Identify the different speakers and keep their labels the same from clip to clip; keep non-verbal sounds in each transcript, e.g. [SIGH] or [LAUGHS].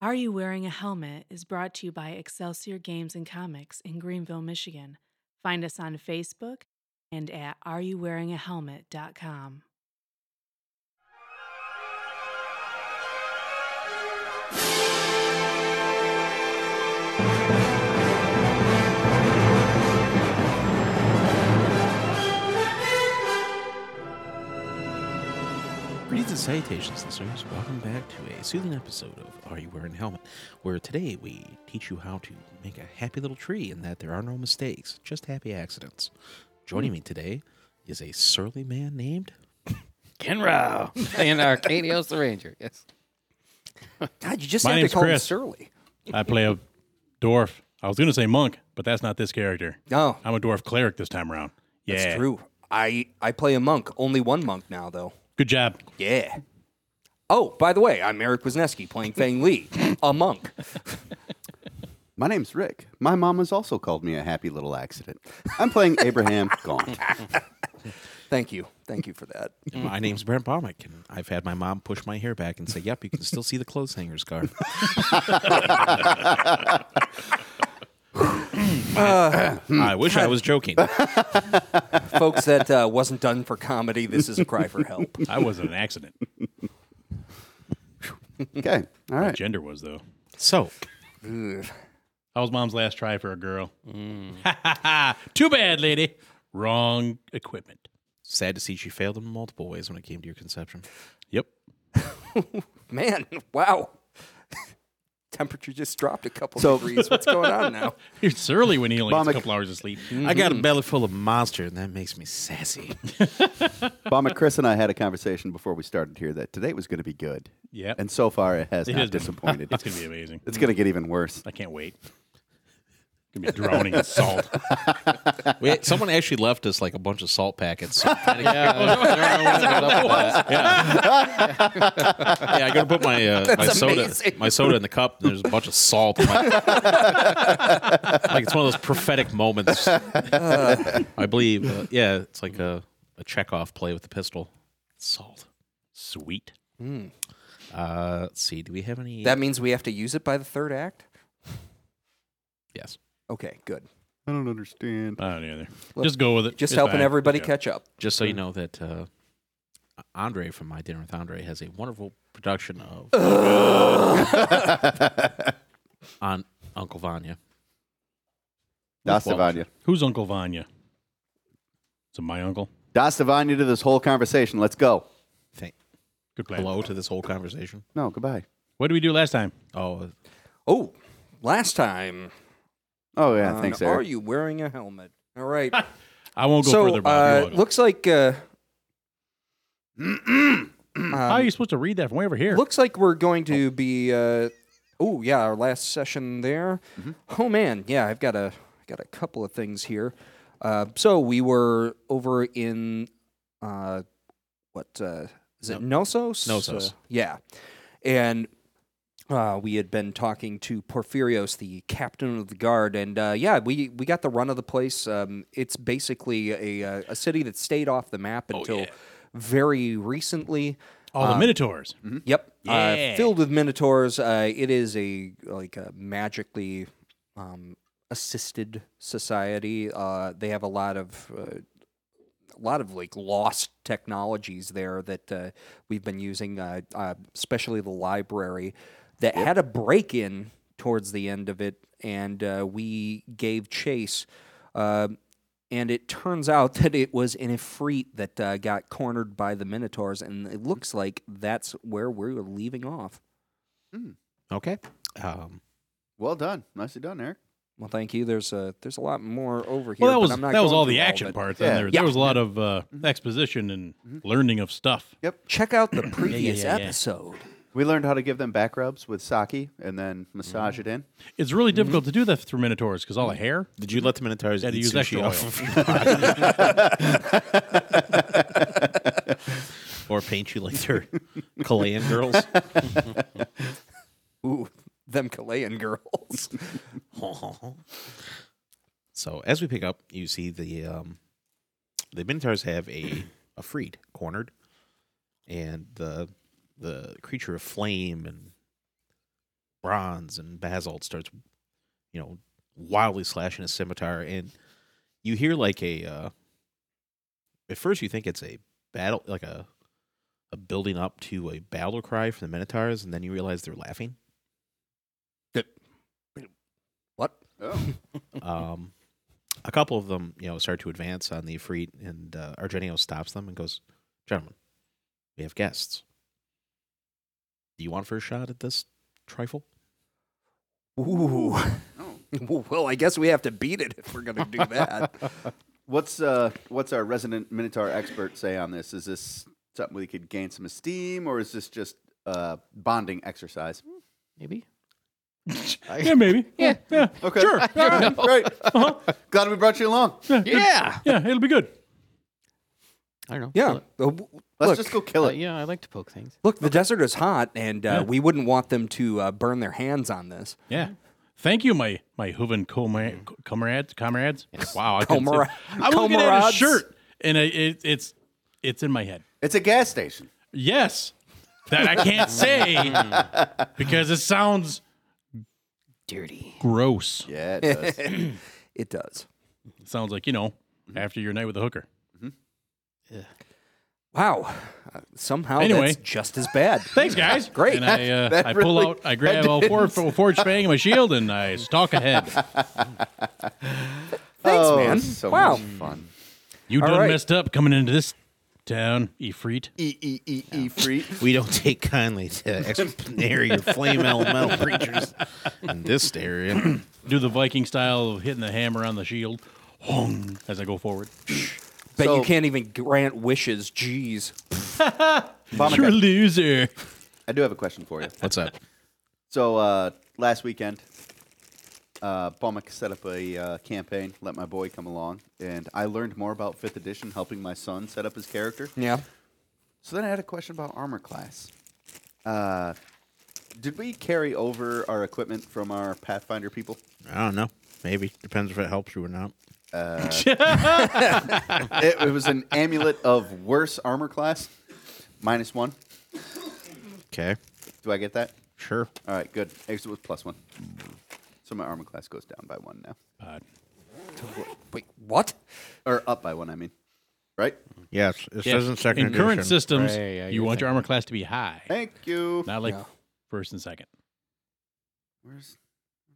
Speaker 1: Are You Wearing a Helmet is brought to you by Excelsior Games and Comics in Greenville, Michigan. Find us on Facebook and at areyouwearingahelmet.com.
Speaker 2: Greetings and salutations, listeners. Welcome back to a soothing episode of Are You Wearing a Helmet, where today we teach you how to make a happy little tree and that there are no mistakes, just happy accidents. Joining me today is a surly man named.
Speaker 3: Kenra [LAUGHS] and Arcadios the Ranger. Yes.
Speaker 4: God, you just
Speaker 5: My
Speaker 4: have to
Speaker 5: name's
Speaker 4: call
Speaker 5: Chris.
Speaker 4: him Surly.
Speaker 5: I play a dwarf. I was going to say monk, but that's not this character.
Speaker 4: No,
Speaker 5: I'm a dwarf cleric this time around. Yeah.
Speaker 4: that's true. I I play a monk. Only one monk now, though.
Speaker 5: Good job.
Speaker 4: Yeah. Oh, by the way, I'm Eric Wisneski playing Fang Lee, a monk.
Speaker 6: My name's Rick. My mom has also called me a happy little accident. I'm playing
Speaker 5: [LAUGHS]
Speaker 6: Abraham Gaunt.
Speaker 4: Thank you, thank you for [LAUGHS] that.
Speaker 2: [LAUGHS] My name's Brent Bomick, and I've had my mom push my hair back and say, Yep, you can still see the clothes hangers [LAUGHS] card. I wish I [LAUGHS] was joking.
Speaker 4: Folks, that uh, wasn't done for comedy. This is a cry for help.
Speaker 5: I wasn't an accident.
Speaker 6: Okay.
Speaker 5: My
Speaker 6: All right.
Speaker 5: gender was, though.
Speaker 2: So,
Speaker 4: [LAUGHS] Ugh.
Speaker 5: That was mom's last try for a girl.
Speaker 4: Mm.
Speaker 5: [LAUGHS] Too bad, lady. Wrong equipment.
Speaker 2: sad to see she failed in multiple ways when it came to your conception.
Speaker 5: Yep.
Speaker 4: Man, wow. [LAUGHS] Temperature just dropped a couple
Speaker 6: So-
Speaker 4: degrees. What's going on now?
Speaker 5: You're surly when he only gets a
Speaker 6: Bomic.
Speaker 5: couple hours of
Speaker 4: [LAUGHS]
Speaker 5: sleep.
Speaker 4: Mm.
Speaker 2: I got a belly full of monster, and that makes me [LAUGHS] sassy.
Speaker 6: Bomber Chris and I had a conversation before we started here that today was going to be good.
Speaker 5: Yep.
Speaker 6: And so far, it has
Speaker 5: It
Speaker 6: not
Speaker 5: has been-
Speaker 6: disappointed.
Speaker 5: [LAUGHS] It's going to be amazing.
Speaker 6: It's going to get even worse.
Speaker 5: I can't wait. Gonna be
Speaker 4: [LAUGHS]
Speaker 5: drowning in salt.
Speaker 2: Wait, someone actually left us like a bunch of salt [LAUGHS] packets. So kinda-
Speaker 3: Yeah.
Speaker 2: yeah, I gotta put my uh, my soda
Speaker 4: amazing.
Speaker 2: my soda in the cup. And there's a bunch of salt. [LAUGHS] I'm like, like it's one of those prophetic [LAUGHS] moments. I believe. Uh, yeah, it's like a a checkoff play with the pistol. Salt.
Speaker 5: Sweet.
Speaker 2: Uh, let's see. Do we have any?
Speaker 4: [LAUGHS] That means we have to use it by the third act.
Speaker 2: yes.
Speaker 4: Okay, good.
Speaker 6: I don't
Speaker 5: [LAUGHS]
Speaker 6: understand.
Speaker 5: I don't either.
Speaker 4: Look,
Speaker 5: Just go with it.
Speaker 4: Just
Speaker 5: It's
Speaker 4: helping
Speaker 5: fine.
Speaker 4: everybody
Speaker 5: Yeah.
Speaker 4: catch up.
Speaker 2: Just so you know that uh, Andre from My Dinner with Andre has a wonderful production of
Speaker 6: [LAUGHS]
Speaker 2: on Uncle Vanya.
Speaker 6: Dostavanya.
Speaker 5: Who's Uncle Vanya? Is it my uncle?
Speaker 6: Dostavanya to this whole conversation. Let's go.
Speaker 2: Thank.
Speaker 5: Good plan.
Speaker 2: Hello to this whole conversation.
Speaker 6: No, goodbye.
Speaker 5: What did we do last time?
Speaker 2: Oh,
Speaker 4: Oh, last time.
Speaker 6: Oh, yeah.
Speaker 5: Uh,
Speaker 4: on
Speaker 6: Thanks,
Speaker 4: Are
Speaker 6: Eric.
Speaker 4: you wearing a helmet? All right.
Speaker 5: I won't go
Speaker 4: so
Speaker 5: further. Bob. You
Speaker 4: uh,
Speaker 5: all go.
Speaker 4: looks like uh, [CLEARS THROAT] um,
Speaker 5: how are you supposed to read that from way over here?
Speaker 4: looks like we're going to be. Uh, oh yeah, our last session there. Oh man, yeah, I've got a got a couple of things here. Uh, so we were over in uh, what uh, is it? Nosos.
Speaker 2: Knossos.
Speaker 4: Uh, yeah, and uh, we had been talking to Porphyrios, the captain of the guard, and uh, yeah, we, we got the run of the place. Um, it's basically a, uh, a city that stayed off the map until very recently.
Speaker 5: All
Speaker 4: um,
Speaker 5: the Minotaurs.
Speaker 4: Yep, uh, filled with minotaurs. Uh, it is a like a magically um, assisted society. Uh, they have a lot of. Uh, a lot of like lost technologies there that uh, we've been using, uh, uh, especially the library that had a break in towards the end of it, and uh, we gave chase. Uh, and it turns out [LAUGHS] that it was an Ifrit that uh, got cornered by the Minotaurs, and it looks like that's where we're leaving off.
Speaker 2: okay. Um,
Speaker 6: Well done. Nicely done, Eric.
Speaker 4: Well, thank you. There's a there's a lot more over here.
Speaker 5: Well, that
Speaker 4: but
Speaker 5: was
Speaker 4: I'm not
Speaker 5: that was
Speaker 4: going
Speaker 5: all
Speaker 4: through
Speaker 5: the action
Speaker 4: of it. Mm-hmm.
Speaker 5: parts.
Speaker 6: Yeah.
Speaker 5: Then there, there was a lot of uh, exposition and learning of stuff.
Speaker 4: Check out the previous
Speaker 5: [CLEARS THROAT] yeah, yeah.
Speaker 4: episode.
Speaker 6: We learned how to give them back rubs with sake and then massage
Speaker 5: Mm.
Speaker 6: it in.
Speaker 5: It's
Speaker 4: Mm-hmm.
Speaker 5: really difficult to do that through Minotaurs because all the hair.
Speaker 2: did you let the Minotaurs
Speaker 5: Yeah,
Speaker 2: eat
Speaker 5: to use
Speaker 2: sushi
Speaker 5: extra
Speaker 2: off
Speaker 5: oil. [LAUGHS]
Speaker 2: of your
Speaker 4: [LAUGHS]
Speaker 6: [LAUGHS]
Speaker 2: body? [LAUGHS] or paint you like they're Chilean girls?
Speaker 4: Ooh, them Chilean
Speaker 5: [LAUGHS]
Speaker 4: girls.
Speaker 2: [LAUGHS] so as we pick up, you see the um, the Minotaurs have a a freed cornered, and the the creature of flame and bronze, and Basalt starts, you know, wildly slashing his scimitar, and you hear like a. Uh, at first, you think it's a battle, like a, a building up to a battle cry from the Minotaurs, and then you realize they're laughing.
Speaker 4: What?
Speaker 6: Oh.
Speaker 2: Um, a couple of them, you know, start to advance on the Ifrit, and uh, Argenio stops them and goes, "Gentlemen, we have guests. Do you want first shot at this trifle?"
Speaker 4: Ooh.
Speaker 6: Oh.
Speaker 4: [LAUGHS] well, I guess we have to beat it if we're going to do that.
Speaker 5: [LAUGHS]
Speaker 6: What's uh what's our resident Minotaur expert say on this? Is this something we could gain some esteem or is this just uh bonding exercise?
Speaker 3: Maybe.
Speaker 5: yeah, maybe. Yeah. Yeah.
Speaker 6: Okay. [LAUGHS]
Speaker 5: Sure.
Speaker 6: Yeah, Great. Glad we brought you along.
Speaker 3: Yeah.
Speaker 5: Yeah, it'll be good.
Speaker 3: I don't know.
Speaker 4: yeah.
Speaker 3: Well,
Speaker 4: Uh, w-
Speaker 6: Let's
Speaker 4: Look,
Speaker 6: just go kill
Speaker 3: uh,
Speaker 6: it.
Speaker 3: yeah, I like to poke things.
Speaker 4: look, the desert is hot, and uh,
Speaker 5: Yeah.
Speaker 4: we wouldn't want them to uh, burn their hands on this.
Speaker 5: Yeah. Thank you, my my Hooven comra- comrades. Comrades. Wow. I couldn't say-
Speaker 4: Comra-
Speaker 5: I'm looking at his
Speaker 4: comrades.
Speaker 5: shirt, and I, it, it's it's in my head.
Speaker 6: It's a gas station.
Speaker 5: Yes, that I can't say because it sounds
Speaker 3: Dirty.
Speaker 5: gross.
Speaker 6: Yeah, it does.
Speaker 4: It does.
Speaker 5: It sounds like you know after your night with a hooker.
Speaker 4: Wow. Uh, somehow
Speaker 5: Anyway.
Speaker 4: that's just as bad.
Speaker 5: Thanks, guys.
Speaker 4: Great.
Speaker 5: And I, uh,
Speaker 6: That
Speaker 5: I pull
Speaker 6: really-
Speaker 5: out, I grab a four, forge fang and my shield, and I stalk ahead.
Speaker 4: [LAUGHS] Thanks,
Speaker 6: oh,
Speaker 4: man.
Speaker 6: it's So
Speaker 4: wow.
Speaker 6: much fun.
Speaker 5: You done
Speaker 4: right.
Speaker 5: messed up coming into this town, Ifrit.
Speaker 6: E E E E free.
Speaker 2: We don't [LAUGHS] take kindly to explanatory or flame elemental creatures in this area. [CLEARS THROAT]
Speaker 5: Do the Viking style of hitting the hammer on the shield. Hong, as I go forward.
Speaker 4: Bet
Speaker 6: So-
Speaker 4: you can't even grant wishes. Jeez.
Speaker 6: Vomica,
Speaker 5: You're a loser.
Speaker 6: I do have a question for you.
Speaker 2: What's up?
Speaker 6: So uh, last weekend, uh, Bomic set up a uh, campaign, Let My Boy Come Along, and I learned more about 5th edition, helping my son set up his character.
Speaker 4: Yeah.
Speaker 6: So then I had a question about armor class. Uh, did we carry over our equipment from our Pathfinder people?
Speaker 2: I don't know. Maybe depends if it helps you or not.
Speaker 6: it, it was an amulet of worse armor class, minus one.
Speaker 2: Okay,
Speaker 6: Do I get that?
Speaker 2: sure.
Speaker 6: All right, good. Exit was plus one. So my armor class goes down by one now,
Speaker 5: God.
Speaker 4: Wait, what?
Speaker 6: or up by one. I mean, right?
Speaker 2: Yes, it
Speaker 5: Yeah.
Speaker 2: says in second
Speaker 5: In current
Speaker 2: edition.
Speaker 5: systems,
Speaker 3: Right, yeah,
Speaker 5: you
Speaker 3: you're
Speaker 5: want your
Speaker 3: thinking-
Speaker 5: armor class to be high,
Speaker 6: Thank you.
Speaker 5: not like
Speaker 4: Yeah.
Speaker 5: first and second.
Speaker 6: Where's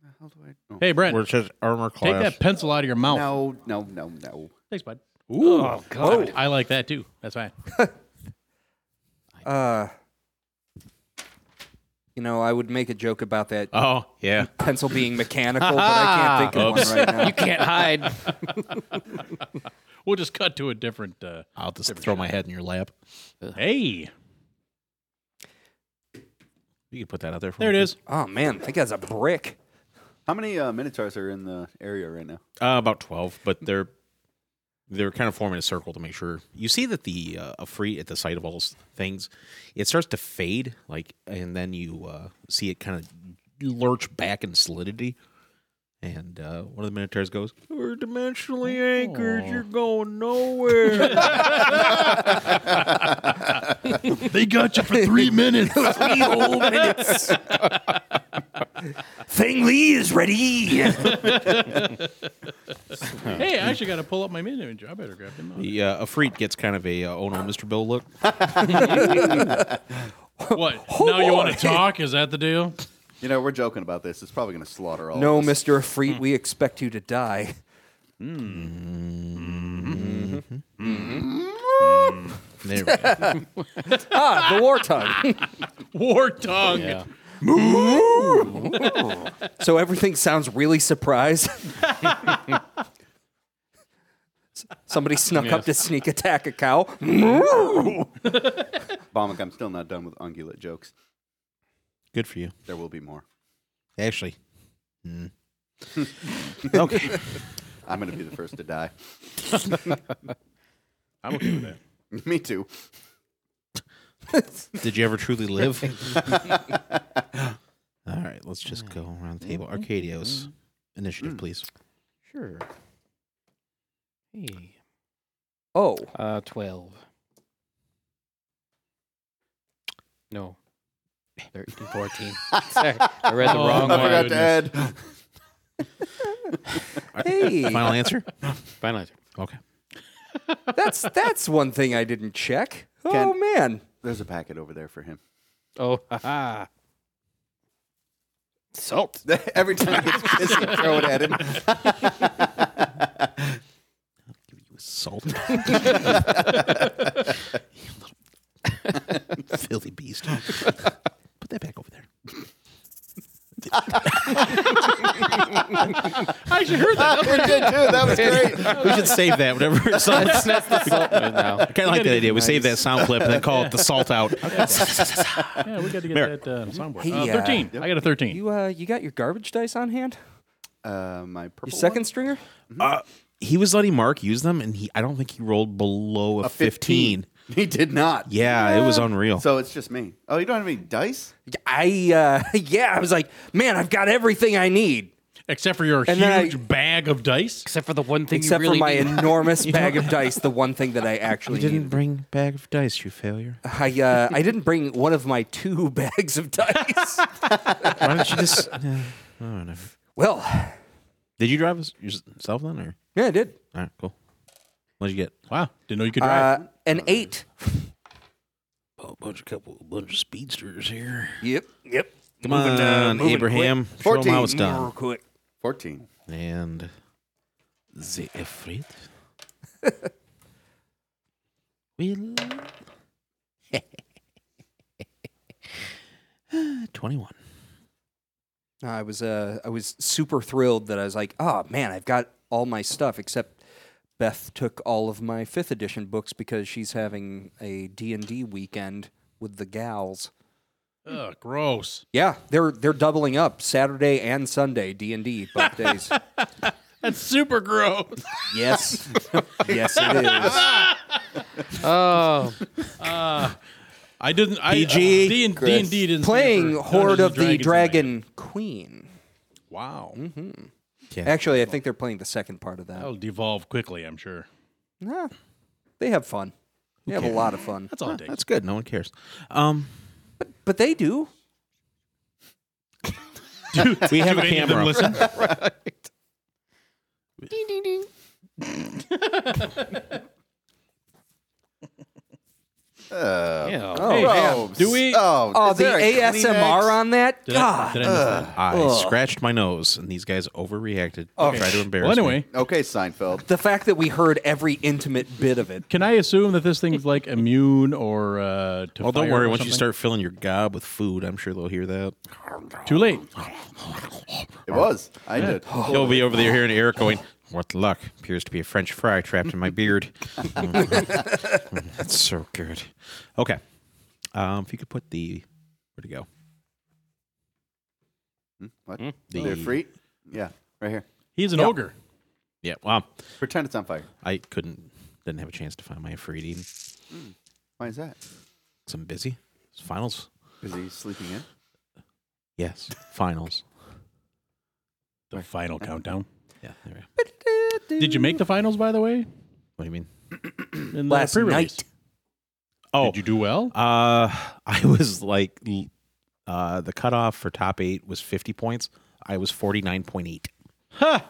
Speaker 6: where the hell do I? Oh.
Speaker 5: Hey, Brent,
Speaker 2: where it says armor
Speaker 5: take
Speaker 2: class.
Speaker 5: that pencil out of your mouth.
Speaker 6: No, no, no, no.
Speaker 5: Thanks, bud.
Speaker 3: Ooh, God.
Speaker 5: I like that too. That's fine.
Speaker 4: Uh, you know, I would make a joke about that [LAUGHS]
Speaker 5: Oh, yeah.
Speaker 4: pencil being mechanical, but I can't think of one [LAUGHS] right now.
Speaker 3: You can't
Speaker 5: [LAUGHS]
Speaker 3: hide.
Speaker 5: We'll just cut to a different. Uh,
Speaker 2: I'll just throw my head in your lap.
Speaker 5: hey,
Speaker 2: You can put that out there. For
Speaker 5: there it
Speaker 2: me.
Speaker 5: is.
Speaker 4: Oh man, that guy's a brick.
Speaker 6: How many uh, minotaurs are in the area right now?
Speaker 2: Uh, about twelve, but they're they're kind of forming a circle to make sure. You see that the uh, a free at the site of all s- things, it starts to fade, like, and then you uh, see it kind of lurch back in solidity. And uh, one of the minotaurs goes, "We're dimensionally anchored. You're going nowhere." [LAUGHS]
Speaker 5: They got you for [LAUGHS] three minutes.
Speaker 4: Three whole minutes. [LAUGHS] Thing Lee is ready.
Speaker 5: hey, I actually got to pull up my mini image. I better grab them. [LAUGHS] Out.
Speaker 2: the uh, Afreet gets kind of a uh, "Oh no, Mr. Bill" look.
Speaker 5: What? now you want to talk? Is that the deal?
Speaker 6: You know, we're joking about this. It's probably going to slaughter all.
Speaker 4: [LAUGHS] No,
Speaker 6: of us.
Speaker 4: Mister Freet, we expect you to die.
Speaker 2: There we go.
Speaker 4: Ah, the war [LAUGHS] tongue.
Speaker 5: War tongue.
Speaker 3: Yeah.
Speaker 4: so everything sounds really surprised. [LAUGHS] S- Somebody snuck up to sneak attack a cow.
Speaker 6: Bomic, I'm still not done with ungulate jokes.
Speaker 2: Good for you.
Speaker 6: There will be more.
Speaker 2: Actually. Mm. okay.
Speaker 6: I'm going to be the first to die. [LAUGHS]
Speaker 5: I'm okay with that.
Speaker 6: Me too.
Speaker 2: Did you ever truly
Speaker 3: [LAUGHS]
Speaker 2: live? [LAUGHS] All right, let's just go around the table. Arcadios,
Speaker 3: Mm-hmm. Mm.
Speaker 2: initiative, please.
Speaker 3: Sure. Hey.
Speaker 4: Oh,
Speaker 3: Uh, 12. No. 13, 14. Sorry, I read the
Speaker 5: Oh,
Speaker 3: wrong
Speaker 5: my
Speaker 6: I
Speaker 3: one.
Speaker 6: forgot to
Speaker 5: goodness.
Speaker 6: add. [GASPS]
Speaker 4: Hey,
Speaker 2: Final
Speaker 3: [LAUGHS]
Speaker 2: answer?
Speaker 3: Final answer.
Speaker 2: Okay.
Speaker 4: that's that's one thing I didn't check. Oh
Speaker 6: Ken-
Speaker 4: man,
Speaker 6: There's a packet over there for him.
Speaker 3: Oh, ha, ha. Salt.
Speaker 6: [LAUGHS] Every time he gets pissed, you throw it at him.
Speaker 2: Give you
Speaker 3: [LAUGHS]
Speaker 2: salt. [LAUGHS] filthy beast. Put that back over there.
Speaker 5: I actually heard that.
Speaker 6: [LAUGHS] We're good, too. That was great.
Speaker 2: [LAUGHS] We should save that.
Speaker 3: [LAUGHS]
Speaker 2: Whatever. So
Speaker 3: That's that's the salt now.
Speaker 2: I kind of like that idea. We save that sound clip and then call it the salt
Speaker 3: [LAUGHS]
Speaker 2: out.
Speaker 5: yeah, we got to get
Speaker 2: Merrick.
Speaker 5: that uh, soundboard.
Speaker 4: Hey,
Speaker 5: Uh,
Speaker 4: uh,
Speaker 5: 13. I got a 13.
Speaker 4: you uh, you got your garbage dice on hand?
Speaker 6: Uh, my purple
Speaker 4: Your
Speaker 6: one?
Speaker 4: second stringer?
Speaker 2: Uh, he was letting Mark use them, and he I don't think he rolled below a, 15.
Speaker 6: He did not.
Speaker 2: Yeah, it was unreal.
Speaker 6: So it's just me. Oh, you don't have any dice?
Speaker 4: I uh, [LAUGHS] yeah, I was like, man, I've got everything I need
Speaker 5: Except for your
Speaker 4: And then
Speaker 5: huge
Speaker 4: I-
Speaker 5: bag of dice.
Speaker 3: Except for the one thing
Speaker 4: except
Speaker 3: you really
Speaker 4: for my
Speaker 3: need.
Speaker 4: enormous bag of dice. The one thing that I
Speaker 2: you
Speaker 4: actually
Speaker 2: didn't
Speaker 4: needed.
Speaker 2: bring bag of dice, you failure.
Speaker 4: I uh, I didn't bring one of my two [LAUGHS] bags of dice.
Speaker 2: [LAUGHS] Why don't you just? [LAUGHS] Yeah, I don't know.
Speaker 4: well,
Speaker 2: Did you drive us- yourself then, or
Speaker 4: yeah, I did.
Speaker 2: all right, cool? What'd you get?
Speaker 5: Wow. Didn't know you could drive.
Speaker 4: Uh, an eight.
Speaker 2: Oh, a bunch of couple, a bunch of speedsters here. uh,
Speaker 4: Yep, yep. uh,
Speaker 2: Come on, Abraham. Show 'em how it's done.
Speaker 4: Quick.
Speaker 6: 14.
Speaker 2: And the [LAUGHS] Efrit will [LAUGHS] twenty-one.
Speaker 4: No, I was uh, I was super thrilled that I was like, oh man, I've got all my stuff except Beth took all of my fifth edition books because she's having a D and D weekend with the gals.
Speaker 5: Ugh, gross.
Speaker 4: Yeah, they're they're doubling up Saturday and Sunday D and D [LAUGHS] both days.
Speaker 5: That's super gross.
Speaker 4: yes, yes it is.
Speaker 3: Oh,
Speaker 5: I didn't. I,
Speaker 2: PG,
Speaker 5: uh, D and D
Speaker 6: Chris.
Speaker 5: and D
Speaker 4: [LAUGHS]
Speaker 5: didn't. stand
Speaker 4: Playing
Speaker 5: for
Speaker 4: Horde
Speaker 5: Dungeons
Speaker 4: of
Speaker 5: and
Speaker 4: the
Speaker 5: Dragons in
Speaker 4: Dragon Queen.
Speaker 5: my- Wow.
Speaker 4: Actually, I think they're playing the second part of that.
Speaker 5: That'll devolve quickly, I'm sure.
Speaker 4: Nah, they have fun. They have a lot of fun,
Speaker 5: That's all it takes. [LAUGHS]
Speaker 2: That's good. No one cares. Um,
Speaker 4: but they do.
Speaker 2: we have
Speaker 5: Do
Speaker 2: a
Speaker 5: any of
Speaker 2: camera.
Speaker 5: them listen?
Speaker 6: Uh,
Speaker 3: yeah.
Speaker 4: Hey,
Speaker 6: Robes.
Speaker 5: do we-
Speaker 6: Oh,
Speaker 4: Oh,
Speaker 6: is
Speaker 4: the
Speaker 6: there a
Speaker 4: ASMR
Speaker 6: Kleenex?
Speaker 4: on that.
Speaker 5: Did
Speaker 4: [LAUGHS]
Speaker 5: I,
Speaker 4: God. uh.
Speaker 5: did I miss that?
Speaker 2: I scratched my nose, and these guys overreacted.
Speaker 4: Okay.
Speaker 2: Try to embarrass
Speaker 5: Well, anyway,
Speaker 2: me.
Speaker 6: Okay, Seinfeld.
Speaker 4: The fact that we heard every intimate bit of it.
Speaker 5: can I assume that this thing's like immune or uh, to
Speaker 2: Well, Oh, don't
Speaker 5: fire
Speaker 2: worry.
Speaker 5: or
Speaker 2: Once you
Speaker 5: something?
Speaker 2: start filling your gob with food, I'm sure they'll hear that.
Speaker 5: too late.
Speaker 6: It was. I did.
Speaker 2: He'll be over there hearing Eric going, What luck? Appears to be a French fry trapped in my
Speaker 5: [LAUGHS]
Speaker 2: beard. Mm, That's so good. Okay. Um, if you could put the. Where'd it go?
Speaker 6: Hmm? What?
Speaker 2: The-
Speaker 6: They're free? Yeah, right here.
Speaker 5: He's an ogre.
Speaker 2: Yeah. Wow.
Speaker 6: Pretend it's on fire.
Speaker 2: I couldn't. Didn't have a chance to find my Afridi. Because
Speaker 6: Why is that?
Speaker 2: I'm busy. It's finals.
Speaker 6: Is he sleeping in?
Speaker 2: Yes. Finals.
Speaker 5: The final countdown.
Speaker 2: Yeah. There we go.
Speaker 5: Did you make the finals, by the way?
Speaker 2: What do you mean?
Speaker 5: In the
Speaker 4: Last
Speaker 5: pre-release?
Speaker 4: night.
Speaker 2: Oh.
Speaker 5: Did you do well?
Speaker 2: Uh, [LAUGHS] I was like, l- uh, the cutoff for top eight was 50 points. I was 49.8.
Speaker 5: I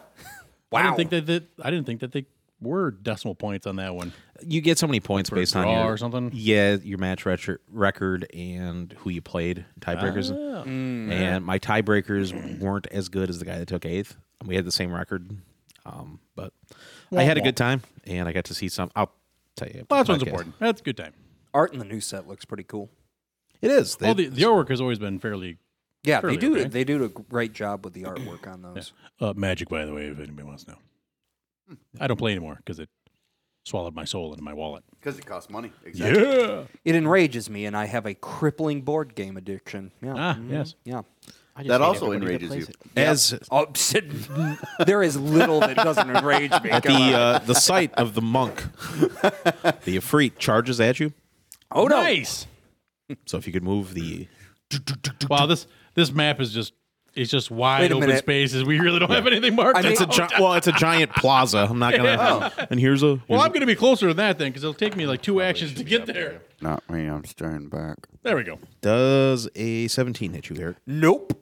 Speaker 5: didn't think that, that I didn't think that they were decimal points on that one.
Speaker 2: You get so many points based on
Speaker 5: draw
Speaker 2: your,
Speaker 5: or something?
Speaker 2: Yeah, your match retro- record and who you played
Speaker 5: Ah.
Speaker 2: tiebreakers.
Speaker 5: Mm. Hmm.
Speaker 2: And my tiebreakers weren't as good as the guy that took eighth. We had the same record, um, but I had a good time and I got to see some. I'll tell you.
Speaker 5: Well, that's one's
Speaker 2: podcast.
Speaker 5: important. That's a good time.
Speaker 4: Art in the new set looks pretty cool.
Speaker 2: It is. They-
Speaker 5: Well, the, the artwork has always been fairly
Speaker 4: Yeah,
Speaker 5: Surely,
Speaker 4: they do.
Speaker 5: okay.
Speaker 4: They do a great job with the artwork on those.
Speaker 5: uh, magic, by the way, if anybody wants to know.
Speaker 4: Hmm.
Speaker 5: I don't play anymore because it swallowed my soul into my wallet.
Speaker 6: Because it costs money. Exactly.
Speaker 5: Yeah.
Speaker 4: It enrages me, and I have a crippling board game addiction. Yeah.
Speaker 5: Ah,
Speaker 4: Mhm.
Speaker 5: yes.
Speaker 4: Yeah.
Speaker 3: I just hate
Speaker 6: That also
Speaker 3: everybody that
Speaker 6: enrages
Speaker 3: plays
Speaker 6: you.
Speaker 3: it.
Speaker 2: [LAUGHS] as
Speaker 4: Oh, [LAUGHS] there is little that doesn't enrage me.
Speaker 2: at the uh, the site of the
Speaker 5: [LAUGHS]
Speaker 2: monk, the Afreet charges at you.
Speaker 4: oh no!
Speaker 5: Nice.
Speaker 2: So if you could move the
Speaker 5: Wow, this this map is just it's just
Speaker 4: Wait
Speaker 5: wide
Speaker 4: a
Speaker 5: open
Speaker 4: minute.
Speaker 5: spaces. We really don't have anything marked.
Speaker 4: I mean-
Speaker 5: out.
Speaker 2: it's a gi- well, it's a giant plaza. I'm not gonna. And here's a.
Speaker 5: well,
Speaker 2: here's
Speaker 5: I'm going to be closer than that then because it'll take me like two actions to get there.
Speaker 6: Not me. I'm staying back.
Speaker 5: There we go.
Speaker 2: Does a 17 hit you, Eric?
Speaker 4: Nope.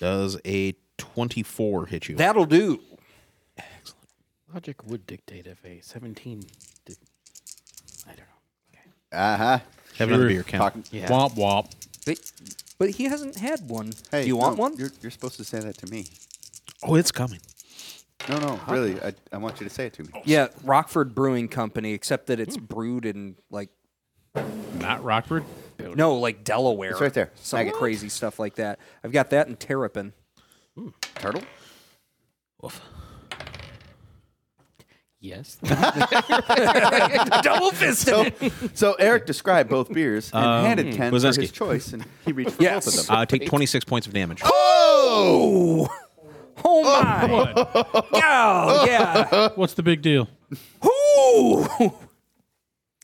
Speaker 2: Does a 24 hit you?
Speaker 4: That'll do.
Speaker 3: Logic would dictate if a 17 did. I don't know.
Speaker 6: Uh huh.
Speaker 2: Have another beer, Ken.
Speaker 6: Talking.
Speaker 3: Yeah.
Speaker 5: Womp womp.
Speaker 4: But, but he hasn't had one.
Speaker 6: Hey,
Speaker 4: Do you want
Speaker 6: no,
Speaker 4: one?
Speaker 6: You're, you're supposed to say that to me.
Speaker 2: Oh, it's coming.
Speaker 6: No, no, really. I, I want you to say it to me.
Speaker 4: Yeah, Rockford Brewing Company, except that
Speaker 5: Hmm.
Speaker 4: it's brewed in like
Speaker 5: Not Rockford.
Speaker 4: no, like Delaware.
Speaker 6: It's right there.
Speaker 4: Some
Speaker 6: Snag it.
Speaker 4: crazy stuff like that. I've got that in Terrapin.
Speaker 6: [LAUGHS]
Speaker 4: [LAUGHS]
Speaker 6: Turtle?
Speaker 3: Yes.
Speaker 4: Double fist.
Speaker 6: So, so Eric described both beers and
Speaker 5: Um,
Speaker 6: handed Ken for his
Speaker 2: Wozeski.
Speaker 6: choice, and he reached for
Speaker 4: Yes.
Speaker 6: both of them.
Speaker 2: Uh, take 26 points of damage.
Speaker 4: Oh, oh my! Oh
Speaker 6: [LAUGHS]
Speaker 4: yeah!
Speaker 5: What's the big deal?
Speaker 4: Ooh.
Speaker 6: All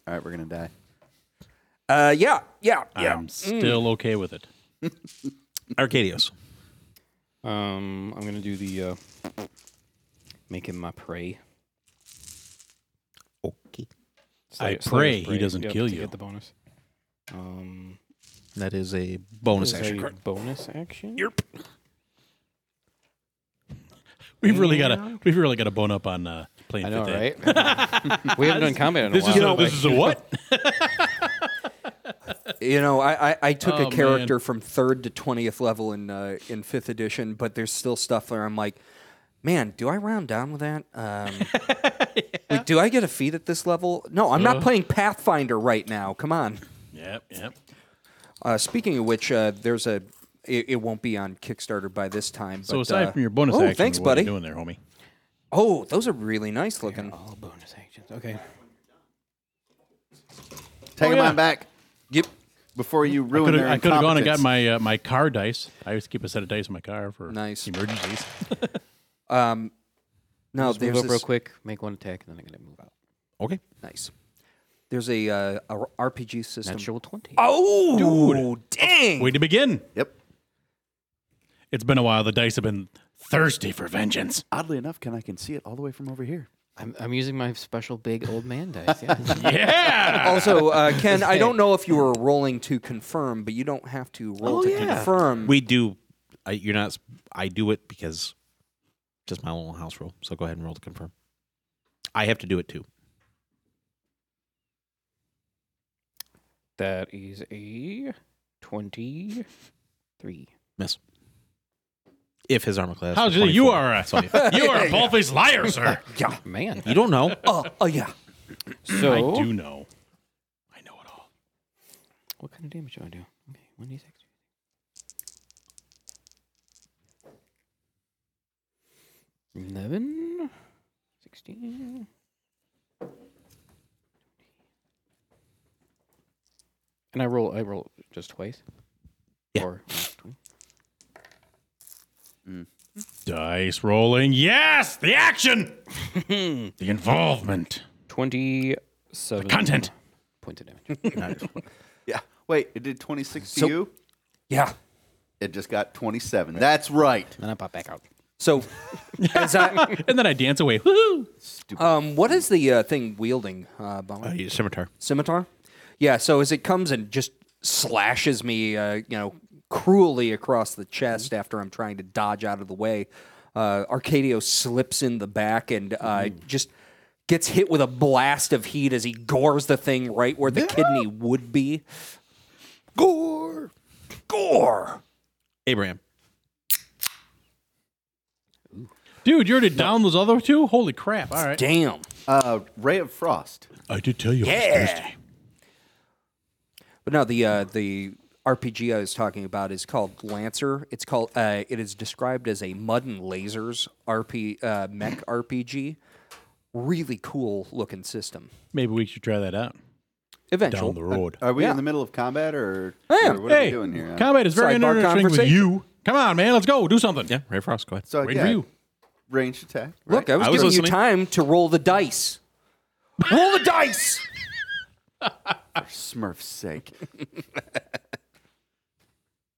Speaker 6: right, we're gonna die.
Speaker 5: Oh,
Speaker 4: Uh, yeah, yeah, yeah. Mm.
Speaker 5: I'm still okay with it.
Speaker 2: Arcadios.
Speaker 3: um, I'm gonna do the uh, make him my prey.
Speaker 2: Okay.
Speaker 5: I
Speaker 3: Slayer's
Speaker 5: pray he
Speaker 3: prey.
Speaker 5: doesn't
Speaker 3: Yep,
Speaker 5: kill
Speaker 3: to
Speaker 5: you.
Speaker 3: Get the bonus. Um,
Speaker 2: That is a bonus
Speaker 3: is
Speaker 2: action.
Speaker 3: a
Speaker 2: Correct.
Speaker 3: bonus action.
Speaker 5: We've really got a we've really got a bone up on uh, playing
Speaker 3: I know,
Speaker 5: fifth A.
Speaker 3: right?
Speaker 4: [LAUGHS]
Speaker 3: we haven't done combat in a
Speaker 5: This
Speaker 3: while.
Speaker 5: is a, this is a what?
Speaker 3: [LAUGHS]
Speaker 4: You know, I I, I took
Speaker 5: Oh,
Speaker 4: a character from third to twentieth level in uh, in fifth edition, but there's still stuff where I'm like, man, do I round down with that?
Speaker 5: [LAUGHS]
Speaker 4: Um, like, do I get a feat at this level? No, I'm not playing Pathfinder right now. Come on.
Speaker 5: Yep, yep.
Speaker 4: Uh, speaking of which, uh, there's a. It, it won't be on Kickstarter by this time. But,
Speaker 5: So aside
Speaker 4: uh,
Speaker 5: from your bonus
Speaker 4: oh,
Speaker 5: action,
Speaker 4: thanks,
Speaker 5: what are
Speaker 4: buddy.
Speaker 5: you doing there, homie?
Speaker 4: Oh, those are really nice looking.
Speaker 3: All bonus actions. Okay.
Speaker 4: Oh,
Speaker 6: Take
Speaker 5: Oh,
Speaker 6: them
Speaker 5: yeah.
Speaker 6: on back
Speaker 4: Yep.
Speaker 6: before you ruin
Speaker 5: Could've-
Speaker 6: their
Speaker 5: I could have gone and got
Speaker 6: incompetence.
Speaker 5: my uh, my car dice. I always keep a set of dice in my car for
Speaker 4: Nice.
Speaker 5: emergencies.
Speaker 4: No,
Speaker 3: Just move
Speaker 4: um, there's
Speaker 3: up real
Speaker 4: this,
Speaker 3: quick. Make one attack, and then I'm gonna move out.
Speaker 2: Okay.
Speaker 4: nice. There's a, uh, a r- RPG system.
Speaker 3: Natural twenty.
Speaker 4: Oh, dang!
Speaker 5: Way to begin.
Speaker 6: Yep.
Speaker 5: It's been a while. The dice have been thirsty for
Speaker 4: [LAUGHS]
Speaker 5: vengeance.
Speaker 6: Oddly enough, Ken, I can see it all the way from over here.
Speaker 3: I'm, I'm using my special big old man dice. Yeah.
Speaker 4: [LAUGHS]
Speaker 5: Yeah.
Speaker 4: Also,
Speaker 5: [LAUGHS]
Speaker 4: uh, Ken, I don't know if you were rolling to confirm, but you don't have to roll
Speaker 5: Oh,
Speaker 4: to confirm.
Speaker 2: We do. I, you're not. I do it because just my little house rule. So go ahead and roll to confirm. I have to do it too.
Speaker 3: that is a twenty-three.
Speaker 2: Miss. If his armor class.
Speaker 5: How's
Speaker 2: was
Speaker 5: you? You
Speaker 2: 24.
Speaker 5: are a you
Speaker 4: [LAUGHS]
Speaker 5: are a bald-faced liar, sir.
Speaker 3: Man.
Speaker 2: You don't know. [LAUGHS]
Speaker 4: oh, oh, yeah.
Speaker 3: So
Speaker 5: I do know. I know it all.
Speaker 3: What kind of damage do I do? Okay, one d six. Eleven. Sixteen. And I roll. I roll just twice.
Speaker 2: Yeah.
Speaker 3: Or twice.
Speaker 5: Dice rolling. Yes,
Speaker 4: [LAUGHS]
Speaker 5: the action, the involvement.
Speaker 3: twenty-seven.
Speaker 5: content.
Speaker 3: Points of damage.
Speaker 6: Yeah. Wait, it did 26 to
Speaker 4: So-
Speaker 6: you?
Speaker 4: Yeah.
Speaker 6: It just got 27. That's right.
Speaker 3: then I pop back out.
Speaker 5: [LAUGHS]
Speaker 4: So, as I,
Speaker 5: And then I dance away. Woohoo!
Speaker 4: um, what is the uh, thing wielding, uh, Bowen?
Speaker 2: Uh, your scimitar.
Speaker 4: Scimitar? Yeah, so as it comes and just slashes me, uh, you know, cruelly across the chest after I'm trying to dodge out of the way, uh, Arcadio slips in the back and uh, just gets hit with a blast of heat as he gores the thing right where the kidney would be. Gore! Gore!
Speaker 2: Abraham.
Speaker 5: Dude, you already down those other two? Holy crap. All right.
Speaker 4: Damn.
Speaker 6: Uh, Ray of Frost.
Speaker 5: I did tell you I was thirsty.
Speaker 4: But no, the uh, the RPG I was talking about is called Lancer. It's called. Uh, it is described as a mud and lasers RP uh, mech RPG. Really cool looking system.
Speaker 5: Maybe we should try that out down the
Speaker 4: Eventually,
Speaker 5: road.
Speaker 6: Are we
Speaker 4: Yeah.
Speaker 6: in the middle of combat or,
Speaker 4: Yeah.
Speaker 6: or what are
Speaker 5: hey,
Speaker 6: we doing here?
Speaker 5: combat is very
Speaker 4: Sidebar
Speaker 5: interesting with
Speaker 4: conversation.
Speaker 5: you. Come on, man. Let's go. Do something.
Speaker 2: Yeah, Ray Frost. Go ahead.
Speaker 6: so,
Speaker 5: Wait
Speaker 6: yeah,
Speaker 5: for you.
Speaker 6: Ranged attack. Right?
Speaker 4: look, I was,
Speaker 2: I was
Speaker 4: giving you
Speaker 2: listening.
Speaker 4: time to roll the dice. roll the dice.
Speaker 6: For Ah, Smurf's sake.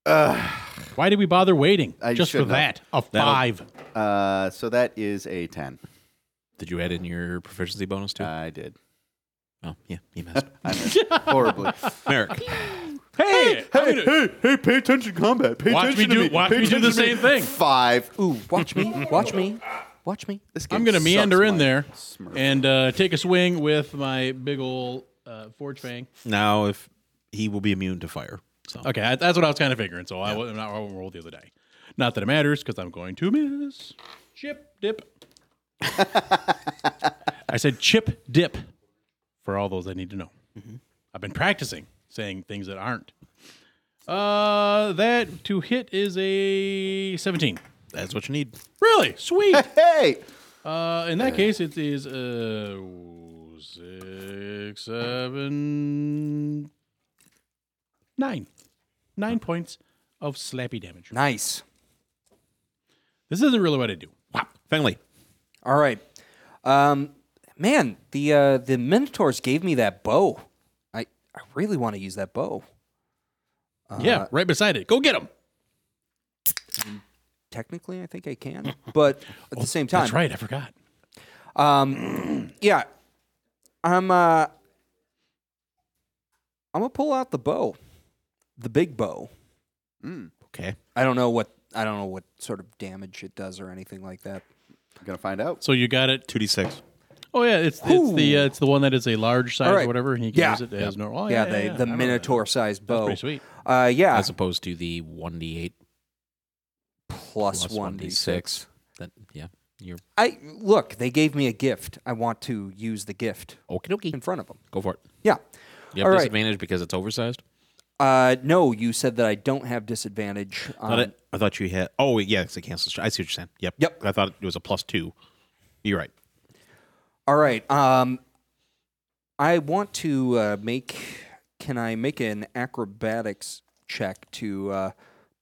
Speaker 5: Why did we bother waiting?
Speaker 6: I
Speaker 5: Just for
Speaker 6: should
Speaker 5: that.
Speaker 6: not.
Speaker 5: A 5
Speaker 6: Uh, so that is a 10.
Speaker 2: Did you add in your proficiency bonus too?
Speaker 6: I did.
Speaker 2: Oh, yeah, he missed.
Speaker 6: Horribly.
Speaker 4: [LAUGHS]
Speaker 2: Merrick.
Speaker 5: Hey, I'm gonna-
Speaker 6: hey, hey, pay attention to combat. Pay
Speaker 5: Watch me do- watch me do the
Speaker 6: attention to
Speaker 5: same thing.
Speaker 6: Five. Ooh,
Speaker 4: Watch me. Watch me. Watch me.
Speaker 6: this game
Speaker 5: I'm gonna
Speaker 6: sucks,
Speaker 5: meander in
Speaker 6: Mike.
Speaker 5: there
Speaker 6: Smurf.
Speaker 5: and uh, take a swing with my big ol' uh, forge fang.
Speaker 2: Now, if he will be immune to fire. So
Speaker 5: Okay, I, that's what I was kind of figuring. So I, won't, I won't roll the other day. Not that it matters because I'm going to miss. Chip dip. [LAUGHS] I said chip dip for all those I need to know. I've been practicing saying things that aren't. Uh, that to hit is a 17.
Speaker 2: that's what you need.
Speaker 5: Really sweet.
Speaker 6: [LAUGHS] Hey,
Speaker 5: Uh, in that case, it is uh six, seven, nine, nine points of slappy damage.
Speaker 4: Nice.
Speaker 5: This isn't really what I do. Wow.
Speaker 2: Finally.
Speaker 4: All right. Um, man, the uh, the Minotaurs gave me that bow. I I really want to use that bow. Uh-huh.
Speaker 5: yeah, right beside it. Go get him.
Speaker 4: Technically, I think I can, but at the same time,
Speaker 5: Mm. Oh, That's right. I forgot.
Speaker 4: Um, yeah, I'm. Uh, I'm gonna pull out the bow, the big bow.
Speaker 6: Mm,
Speaker 2: Okay.
Speaker 4: I don't know what I don't know what sort of damage it does or anything like that.
Speaker 6: I'm gonna find out.
Speaker 5: So you got it.
Speaker 2: 2d6.
Speaker 5: Oh yeah, it's it's the uh, it's the one that is a large size
Speaker 4: All right.
Speaker 5: or whatever, and he can
Speaker 4: Yeah.
Speaker 5: use it as normal. Oh,
Speaker 4: yeah, the
Speaker 5: yeah, yeah,
Speaker 4: the
Speaker 5: I remember that.
Speaker 4: minotaur-sized bow.
Speaker 5: Pretty sweet.
Speaker 4: Uh, yeah,
Speaker 2: As opposed to the 1d8
Speaker 4: plus one d six.
Speaker 2: That, yeah. You're
Speaker 4: I look. They gave me a gift. I want to use the gift
Speaker 2: okie
Speaker 4: in
Speaker 2: dokie.
Speaker 4: front of them.
Speaker 2: Go for it.
Speaker 4: Yeah.
Speaker 2: You
Speaker 4: All
Speaker 2: have
Speaker 4: right.
Speaker 2: disadvantage because it's oversized?
Speaker 4: Uh, no, you said that I don't have disadvantage.
Speaker 2: Thought
Speaker 4: on
Speaker 2: it- I thought you had. Oh, wait, yeah, it's a cancel. str- I see what you're saying. Yep.
Speaker 4: Yep.
Speaker 2: I thought it was a plus two. You're right.
Speaker 4: All right. Um, I want to uh, make. Can I make an acrobatics check to uh,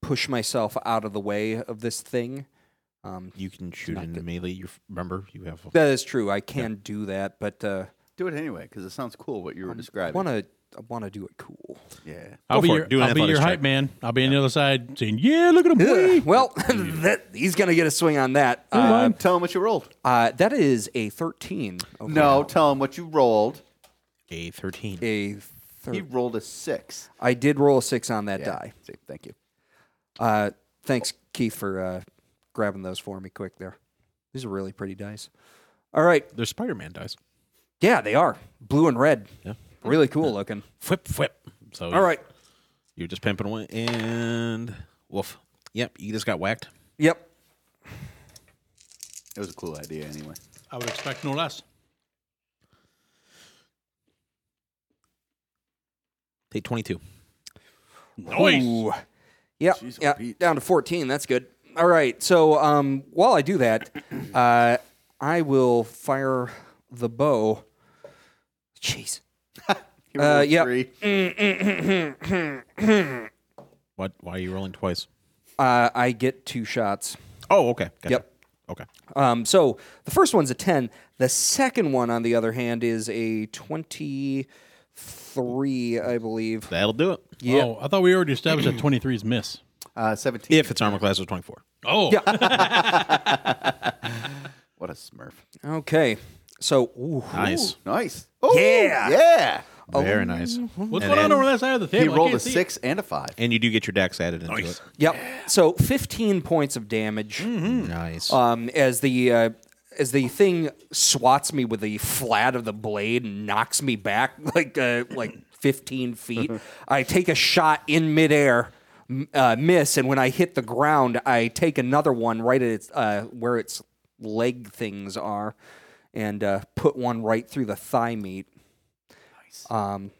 Speaker 4: push myself out of the way of this thing? Um,
Speaker 2: You can shoot
Speaker 4: not
Speaker 2: in
Speaker 4: good.
Speaker 2: melee. You remember you have.
Speaker 4: that is true. I can do that, but uh,
Speaker 6: Do it anyway because it sounds cool what you were
Speaker 4: I
Speaker 6: describing.
Speaker 4: want to. I want to do it
Speaker 6: [LAUGHS]
Speaker 4: cool.
Speaker 6: Yeah.
Speaker 5: I'll be
Speaker 2: for it.
Speaker 5: your,
Speaker 2: Do an
Speaker 5: I'll be your
Speaker 2: athletics
Speaker 5: hype
Speaker 2: check.
Speaker 5: man. I'll be on the other side saying, "Yeah, look at him."
Speaker 4: Ugh, [LAUGHS]
Speaker 5: whee."
Speaker 4: well, that, he's gonna get a swing on that. Uh,
Speaker 6: Um, tell him what you rolled.
Speaker 4: uh, that is a thirteen.
Speaker 6: No,
Speaker 4: overall.
Speaker 6: tell him what you rolled.
Speaker 2: A 13.
Speaker 4: a
Speaker 6: He
Speaker 4: thir-
Speaker 6: rolled a six.
Speaker 4: I did roll a six on that
Speaker 6: Yeah.
Speaker 4: die.
Speaker 6: See, Thank you.
Speaker 4: Uh, thanks, Keith, for uh, grabbing those for me quick there. These are really pretty dice. All right.
Speaker 2: There's Spider Man dice.
Speaker 4: Yeah, they are. Blue and red.
Speaker 2: Yeah.
Speaker 4: Really cool looking.
Speaker 2: Flip, flip. So
Speaker 4: All right.
Speaker 2: You're just pimping away. And. Woof. Yep. You just got whacked.
Speaker 4: Yep.
Speaker 6: It was a cool idea anyway.
Speaker 5: I would expect no less.
Speaker 2: Take 22.
Speaker 5: Nice.
Speaker 4: Ooh. Yep.
Speaker 6: Jeez,
Speaker 4: yeah.
Speaker 6: Pete.
Speaker 4: Down to 14. That's good. All right. So um, while I do that, uh, I will fire the bow. Jeez.
Speaker 6: He
Speaker 4: Uh,
Speaker 6: rolled
Speaker 4: yep.
Speaker 6: three.
Speaker 2: What? Why are you rolling twice?
Speaker 4: Uh, I get two shots.
Speaker 2: Oh, okay. Gotcha.
Speaker 4: Yep.
Speaker 2: Okay.
Speaker 4: Um, so the first one's a 10. The second one, on the other hand, is a 23, I believe.
Speaker 2: That'll do it.
Speaker 4: Yeah.
Speaker 5: Oh, I thought we already established that 23 is miss.
Speaker 6: Uh, Seventeen.
Speaker 2: If its armor class was 24.
Speaker 5: Oh,
Speaker 6: What a Smurf.
Speaker 4: Okay. So, ooh.
Speaker 2: Nice.
Speaker 6: Nice. Oh
Speaker 4: Yeah.
Speaker 6: Yeah.
Speaker 2: Very nice.
Speaker 5: what's
Speaker 2: And
Speaker 5: going on
Speaker 2: then-
Speaker 5: over that side of the
Speaker 6: He
Speaker 5: table? I
Speaker 6: rolled
Speaker 5: can't
Speaker 6: a
Speaker 5: see it.
Speaker 6: six and a five.
Speaker 2: And you do get your dex added into
Speaker 5: Nice.
Speaker 2: it.
Speaker 4: Yep. So 15 points of damage
Speaker 2: Hmm. Nice.
Speaker 4: um, as the uh, as the thing swats me with the flat of the blade and knocks me back [LAUGHS] like uh, like 15 feet. I take a shot in midair, m- uh, miss, and when I hit the ground, I take another one right at its uh, where its leg things are, and uh, put one right through the thigh meat. Um,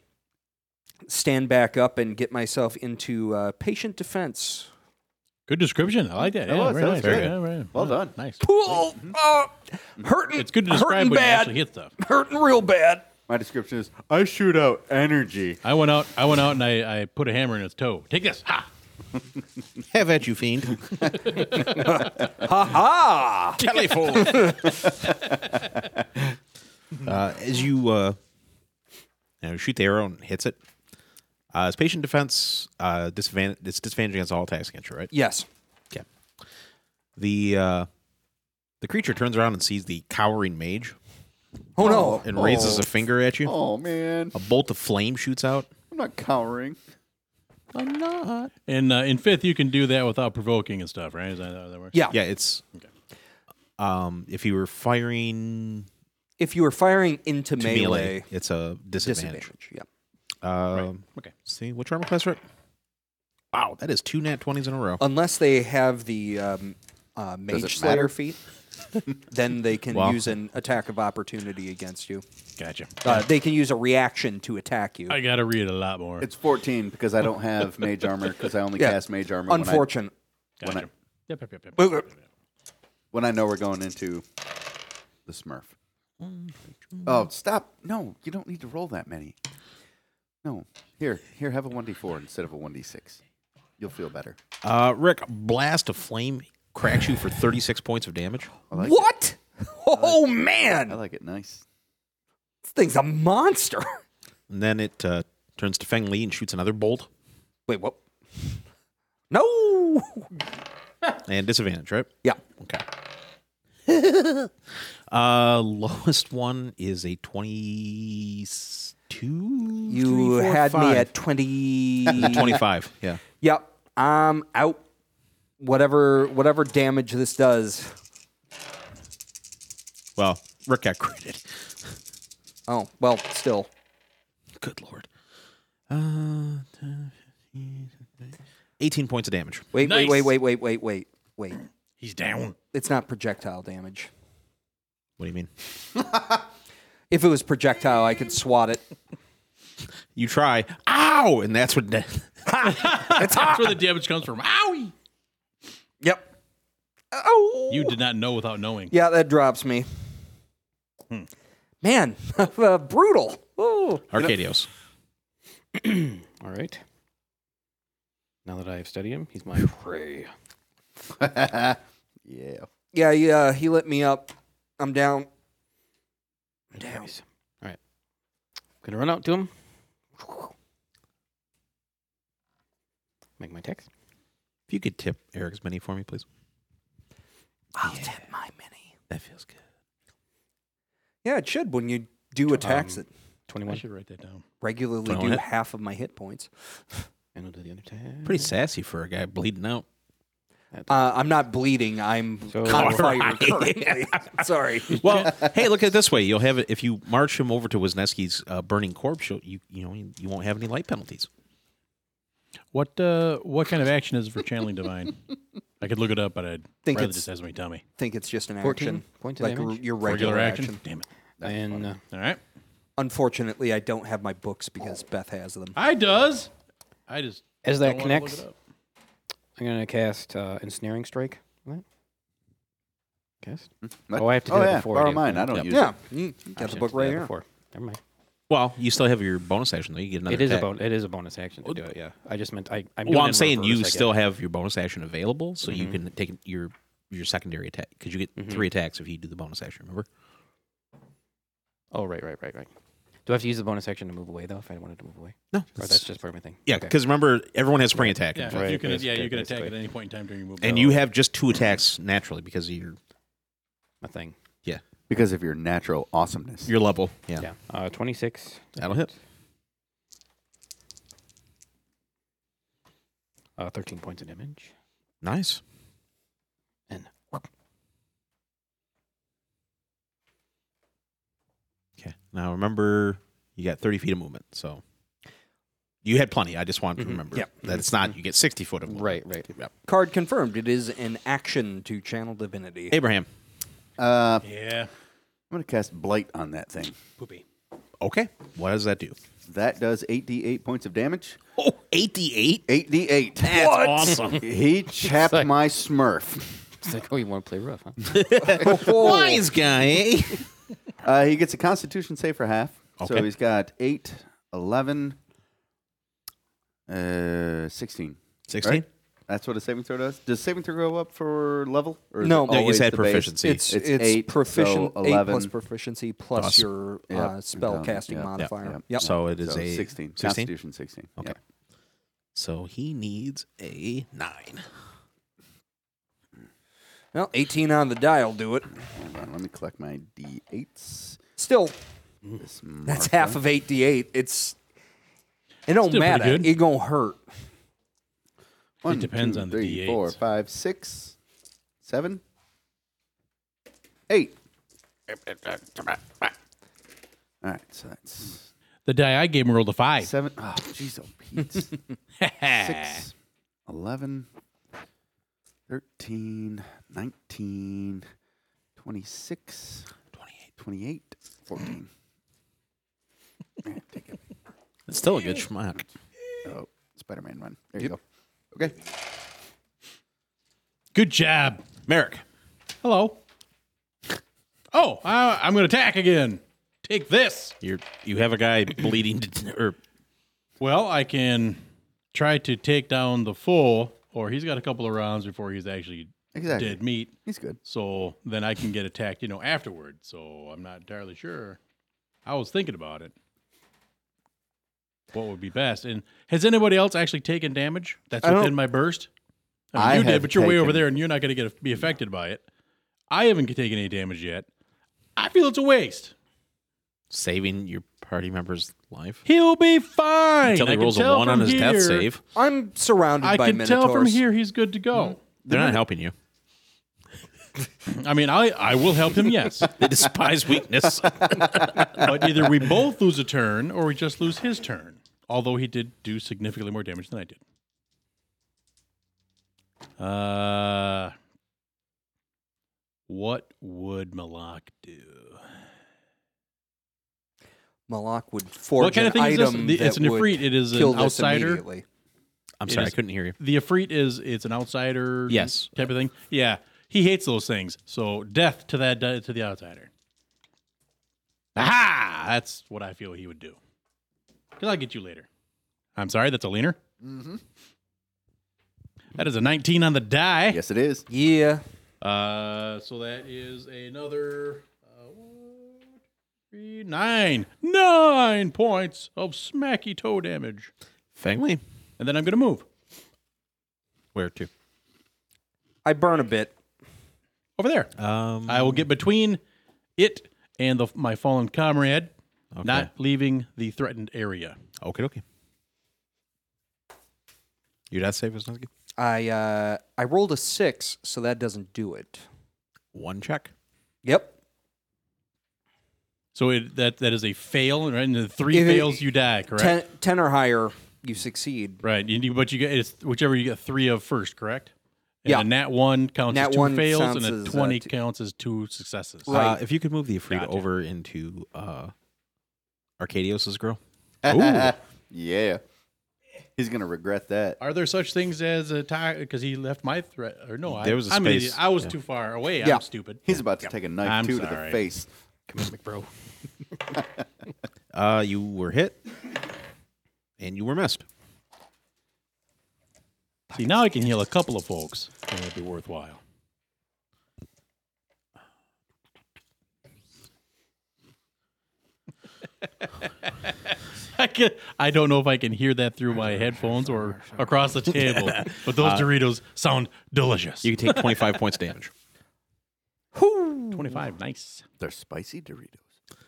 Speaker 4: stand back up and get myself into uh, patient defense.
Speaker 5: Good description. I like that.
Speaker 6: That
Speaker 5: yeah,
Speaker 6: was-
Speaker 5: very
Speaker 6: that was
Speaker 5: nice.
Speaker 6: very
Speaker 5: Yeah,
Speaker 6: good.
Speaker 5: very-
Speaker 6: Well
Speaker 5: yeah,
Speaker 6: done.
Speaker 5: Nice.
Speaker 4: Cool. Uh, hurting.
Speaker 5: It's good to describe
Speaker 4: hurting
Speaker 5: when you
Speaker 4: bad.
Speaker 5: actually hit stuff.
Speaker 4: hurting real bad.
Speaker 6: My description is: I shoot out energy.
Speaker 5: I went out. I went out and I, I put a hammer in its toe. Take this.
Speaker 6: [LAUGHS]
Speaker 5: Ha!
Speaker 2: Have at you, fiend.
Speaker 4: Ah,
Speaker 2: uh, as you, uh, you know, shoot the arrow and hits it, uh, it's patient defense. Uh, disadvantage. It's disadvantage against all attacks against you, right?
Speaker 4: yes.
Speaker 2: Okay. The uh, the creature turns around and sees the cowering mage,
Speaker 4: Oh no!
Speaker 2: and raises a finger at you.
Speaker 6: Oh man,
Speaker 2: A bolt of flame shoots out.
Speaker 6: I'm not cowering.
Speaker 2: I'm not.
Speaker 5: [LAUGHS] And uh, in fifth, you can do that without provoking and stuff, right? Is that how that works?
Speaker 4: Yeah.
Speaker 2: Yeah, it's. Um, if you were firing
Speaker 4: If you were firing into
Speaker 2: to
Speaker 4: melee,
Speaker 2: melee, it's a disadvantage.
Speaker 4: disadvantage. Yeah.
Speaker 2: Um,
Speaker 5: Okay.
Speaker 2: See, which armor class? Are... Wow, that is two nat twenties in a row.
Speaker 4: Unless they have the um, uh,
Speaker 6: it
Speaker 4: mage slayer
Speaker 6: matter?
Speaker 4: feat, then they can
Speaker 2: Well.
Speaker 4: use an attack of opportunity against you.
Speaker 5: Gotcha.
Speaker 4: Uh, they can use a reaction to attack you.
Speaker 5: I got to read a lot more.
Speaker 6: It's 14 because I don't have mage armor because I only
Speaker 4: Yeah.
Speaker 6: cast mage armor when I,
Speaker 4: Unfortunate.
Speaker 5: Gotcha.
Speaker 6: when I-
Speaker 5: Yep, yep, yep, yep.
Speaker 4: uh,
Speaker 6: when I know we're going into the Smurf. Oh, stop! No, you don't need to roll that many. No, here, here, have a 1d4 instead of a 1d6. You'll feel better.
Speaker 2: Uh, Rick, blast of flame cracks you for thirty six points of damage.
Speaker 6: I like It.
Speaker 4: What? [LAUGHS] Oh man,
Speaker 6: I like it. Nice. [LAUGHS]
Speaker 4: this thing's a monster.
Speaker 2: And then it uh, turns to Feng Li and shoots another bolt
Speaker 4: Wait, what? [LAUGHS] No.
Speaker 2: and disadvantage, right?
Speaker 4: Yeah.
Speaker 2: Okay. [LAUGHS] uh, lowest one is a twenty two.
Speaker 4: You had me at twenty. [LAUGHS]
Speaker 2: twenty five. Yeah.
Speaker 4: Yep, I'm out. Whatever, whatever damage this does.
Speaker 2: Well, Rick got credit.
Speaker 4: Oh well, still.
Speaker 2: Good lord. Uh, 18 points of damage.
Speaker 4: Wait,
Speaker 5: Nice.
Speaker 4: wait, wait, wait, wait, wait, wait, wait.
Speaker 5: He's down.
Speaker 4: It's not projectile damage.
Speaker 2: What do you mean?
Speaker 4: If it was projectile, I could swat it.
Speaker 2: You try. Ow! And that's what. [LAUGHS] Da-
Speaker 5: [LAUGHS] That's
Speaker 6: [LAUGHS]
Speaker 5: where the damage comes from. Owie!
Speaker 4: Yep. Oh.
Speaker 5: You did not know without knowing.
Speaker 4: Yeah, that drops me.
Speaker 5: Hmm.
Speaker 4: Man, [LAUGHS] uh, brutal. Ooh.
Speaker 2: Arcadios.
Speaker 3: All right. Now that I have studied him, he's my prey.
Speaker 6: yeah.
Speaker 4: Yeah, yeah, he lit me up. I'm down.
Speaker 3: Damn. All right. Gonna run out to him. Make my text.
Speaker 2: If you could tip Eric's mini for me, please.
Speaker 4: I'll tip my mini.
Speaker 2: That feels good.
Speaker 4: Yeah, it should when you
Speaker 5: Um,
Speaker 4: do attacks that
Speaker 5: I
Speaker 3: 21.
Speaker 5: should write that down.
Speaker 4: regularly
Speaker 2: Twenty-one
Speaker 4: do
Speaker 2: hit.
Speaker 4: half of my hit points.
Speaker 3: And we'll do the other tag.
Speaker 2: Pretty sassy for a guy bleeding out.
Speaker 4: Uh, I'm not bleeding. I'm
Speaker 3: So-
Speaker 4: on fire
Speaker 2: Alright.
Speaker 4: currently. [LAUGHS] Sorry.
Speaker 2: Well, hey, look at it this way. You'll have it if you march him over to Wisniewski's uh, burning corpse. You'll, you you know you won't have any light penalties.
Speaker 5: What uh, what kind of action is it for channeling divine? I could look it up, but I'd
Speaker 4: Think
Speaker 5: rather
Speaker 4: it's
Speaker 5: just have somebody tell me.
Speaker 4: think it's just an
Speaker 3: 14
Speaker 4: action,
Speaker 3: points of
Speaker 4: like
Speaker 3: damage?
Speaker 4: r- your regular,
Speaker 5: Regular action.
Speaker 4: action.
Speaker 5: Damn it!
Speaker 3: And uh,
Speaker 5: All right,
Speaker 4: Unfortunately, I don't have my books because Beth has them.
Speaker 5: I does. I just
Speaker 3: as
Speaker 5: don't
Speaker 3: that
Speaker 5: wanna look
Speaker 3: connects,
Speaker 5: it up.
Speaker 3: I'm gonna cast uh, ensnaring strike. on that. Cast.
Speaker 6: What?
Speaker 3: Oh, I have to do
Speaker 6: oh,
Speaker 3: that
Speaker 6: yeah.
Speaker 3: before I
Speaker 6: Borrow
Speaker 3: do.
Speaker 6: mine. I don't
Speaker 3: Yep.
Speaker 6: use
Speaker 4: Yeah,
Speaker 6: it.
Speaker 4: you you
Speaker 3: I
Speaker 4: got the
Speaker 3: should
Speaker 4: book
Speaker 3: do
Speaker 4: right
Speaker 3: that
Speaker 4: here.
Speaker 3: Before. Never mind.
Speaker 2: Well, you still have your bonus action though. You get another.
Speaker 3: It is a
Speaker 2: attack.
Speaker 3: bonus. It is a bonus action to do it. Yeah. I just meant I. I'm doing
Speaker 2: Well,
Speaker 3: it
Speaker 2: I'm
Speaker 3: in
Speaker 2: saying
Speaker 3: reverse, I
Speaker 2: you
Speaker 3: guess. Mm-hmm.
Speaker 2: still have your bonus action available, so you can take your your secondary attack because you get three attacks if you do the bonus action. Remember?
Speaker 3: Oh, right, right, right, right. Do I have to use the bonus action to move away though? If I wanted to move away,
Speaker 2: No,
Speaker 3: or that's just part of my thing.
Speaker 2: yeah.
Speaker 3: Okay.
Speaker 2: Because remember, everyone has spring attack,
Speaker 5: Yeah,
Speaker 3: Right,
Speaker 5: you can. Yeah,
Speaker 3: basically,
Speaker 5: you can attack at
Speaker 3: basically.
Speaker 5: any point in time during your move.
Speaker 2: and you have just two attacks naturally because of your
Speaker 3: my thing.
Speaker 2: yeah
Speaker 6: Because of your natural awesomeness.
Speaker 2: your level. Yeah,
Speaker 3: Yeah. Uh, Twenty six.
Speaker 2: that'll hit.
Speaker 3: Uh, Thirteen points of damage.
Speaker 2: Nice.
Speaker 3: And
Speaker 2: Okay. Now remember, you got 30 feet of movement, so you had plenty. I just wanted to remember
Speaker 4: Yep.
Speaker 2: that it's not you get 60 foot of movement.
Speaker 3: Mm-hmm. right, right.
Speaker 4: Card confirmed. It is an action to channel divinity.
Speaker 2: Abraham.
Speaker 6: Uh, I'm
Speaker 5: Yeah.
Speaker 6: going to cast Blight on that thing.
Speaker 5: Poopy.
Speaker 2: Okay. What does that do?
Speaker 6: That does 8d8 points of damage.
Speaker 2: Oh, 88.
Speaker 6: 8d8.
Speaker 2: That's awesome.
Speaker 3: [LAUGHS]
Speaker 6: He chapped
Speaker 3: like-
Speaker 6: my Smurf.
Speaker 3: It's like, oh, you want to play rough, huh? [LAUGHS]
Speaker 2: Wise guy. eh?
Speaker 6: Uh, he gets a Constitution save for half. So
Speaker 2: Okay.
Speaker 6: he's got 8, 11, uh, 16.
Speaker 2: 16.
Speaker 6: Right? That's what a saving throw does. Does saving throw go up for level? Or is
Speaker 4: No.
Speaker 6: it
Speaker 4: No, you
Speaker 6: always
Speaker 2: said
Speaker 6: the base?
Speaker 2: proficiency.
Speaker 4: It's it's,
Speaker 6: It's eight,
Speaker 4: proficient
Speaker 6: so
Speaker 4: eight plus
Speaker 6: 11.
Speaker 4: proficiency plus
Speaker 2: Plus-
Speaker 4: your
Speaker 6: Yep.
Speaker 4: uh, spell
Speaker 6: Um,
Speaker 4: casting
Speaker 6: yep.
Speaker 4: modifier.
Speaker 6: Yep.
Speaker 4: Yep.
Speaker 2: So it is
Speaker 6: So
Speaker 2: a
Speaker 6: 16.
Speaker 2: 16.
Speaker 6: Constitution 16.
Speaker 2: Okay.
Speaker 6: Yeah.
Speaker 2: So he needs a 9.
Speaker 4: Well, eighteen on the die will do it.
Speaker 6: Hold on, let me collect my d8s.
Speaker 4: Still, that's half of 8d8. It's. It don't
Speaker 5: Still pretty
Speaker 4: matter.
Speaker 5: good.
Speaker 4: It gonna hurt.
Speaker 6: One,
Speaker 5: depends on the
Speaker 6: three, four,
Speaker 5: D8s.
Speaker 6: five, six, seven, eight. All right, so that's
Speaker 5: The die I gave him rolled a
Speaker 6: [LAUGHS]
Speaker 5: five.
Speaker 6: seven. Oh, jeez, oh, Pete. Six, 11, 13, 19, 26, 28, 14. All right, take it.
Speaker 2: It's still a good schmuck.
Speaker 6: Oh, Spider Man run. There you go. Okay.
Speaker 5: Good job, Merrick. Hello. Oh, I, I'm going to attack again. Take this.
Speaker 2: You're you have a guy bleeding to, or
Speaker 5: Well, I can try to take down the full, or he's got a couple of rounds before he's actually
Speaker 6: Exactly.
Speaker 5: dead meat.
Speaker 6: He's good.
Speaker 5: So then I can get attacked, you know, afterward. So I'm not entirely sure. I was thinking about it. What would be best? And has anybody else actually taken damage? That's
Speaker 4: I don't-
Speaker 5: within my burst. I mean,
Speaker 6: I
Speaker 5: you did,
Speaker 6: have
Speaker 5: but you're way over
Speaker 6: taken-
Speaker 5: there, and you're not going to get be affected by it. I haven't taken any damage yet. I feel it's a waste.
Speaker 2: saving your party member's life
Speaker 5: He'll be fine.
Speaker 2: until
Speaker 5: I
Speaker 2: he
Speaker 5: can
Speaker 2: rolls a
Speaker 5: tell
Speaker 2: one on
Speaker 5: from
Speaker 2: his death
Speaker 5: here-
Speaker 2: save.
Speaker 4: I'm surrounded
Speaker 5: I
Speaker 4: by
Speaker 5: can
Speaker 4: minotaurs.
Speaker 5: tell from here he's good to go.
Speaker 2: They're not helping you.
Speaker 5: I mean, I I will help
Speaker 2: [LAUGHS]
Speaker 5: him. Yes.
Speaker 2: They despise weakness.
Speaker 5: but either we both lose a turn or we just lose his turn. Although he did do significantly more damage than I did. Uh, what would Malak do?
Speaker 4: Malak would forge
Speaker 5: what kind
Speaker 4: an
Speaker 5: of thing is this?
Speaker 4: item
Speaker 5: The- it's
Speaker 4: that
Speaker 5: an
Speaker 4: would
Speaker 5: Ifrit. It is
Speaker 4: kill
Speaker 5: an
Speaker 4: this
Speaker 5: outsider.
Speaker 4: immediately.
Speaker 2: I'm
Speaker 5: It
Speaker 2: sorry, I
Speaker 5: is-
Speaker 2: couldn't hear you.
Speaker 5: The Ifrit is it's an outsider.
Speaker 2: Yes.
Speaker 5: type of thing. Yeah, he hates those things. So death to that uh, to the outsider. Aha! That's what I feel he would do. Because I'll get you later. I'm sorry, that's a leaner. Mm-hmm. is a 19 on the die.
Speaker 6: Yes, it is.
Speaker 4: Yeah.
Speaker 5: Uh, so that is another uh, one, three, nine, nine points of smacky toe damage,
Speaker 2: Fangly,
Speaker 5: and then I'm gonna move
Speaker 2: where to?
Speaker 4: I burn a bit.
Speaker 5: over there.
Speaker 2: Um,
Speaker 5: I will get between it and the, my fallen comrade,
Speaker 2: okay.
Speaker 5: not leaving the threatened area.
Speaker 2: okay, okay. Your death save was not good.
Speaker 4: I uh, I rolled a six, so that doesn't do it.
Speaker 2: One check.
Speaker 4: Yep.
Speaker 5: So it, that that is a fail, right? And the three
Speaker 4: If it-
Speaker 5: fails, you die, correct?
Speaker 4: Ten, ten or higher, you succeed.
Speaker 5: Right. You, do- but you get it's whichever you get three of first, correct? And
Speaker 4: Yeah.
Speaker 5: A nat one counts
Speaker 4: Nat
Speaker 5: as two
Speaker 4: one
Speaker 5: fails,
Speaker 4: counts
Speaker 5: and a
Speaker 4: as, uh,
Speaker 5: twenty
Speaker 4: two-
Speaker 5: counts as two successes.
Speaker 2: Uh, if you could move the Afreed
Speaker 5: Gotcha.
Speaker 2: over into uh, Arcadios's grill. Ah,
Speaker 4: [LAUGHS]
Speaker 6: yeah. He's going to regret that.
Speaker 5: Are there such things as a tie? Because he left my threat, or no? I,
Speaker 2: There was a
Speaker 5: I'm an
Speaker 2: space.
Speaker 5: idiot. I was
Speaker 2: Yeah.
Speaker 5: too far away.
Speaker 4: Yeah.
Speaker 5: I'm stupid.
Speaker 6: He's about to take a knife,
Speaker 5: I'm
Speaker 6: too, to
Speaker 5: sorry.
Speaker 6: the face.
Speaker 5: Come here, McBro.
Speaker 2: Uh, you were hit, and you were missed.
Speaker 5: See, now I can heal a couple of folks, and it'd be worthwhile. I, can, I don't know if I can hear that through my headphones or across the table, but those Doritos sound delicious.
Speaker 2: You can take 25 points damage.
Speaker 5: 25, nice.
Speaker 6: They're spicy Doritos.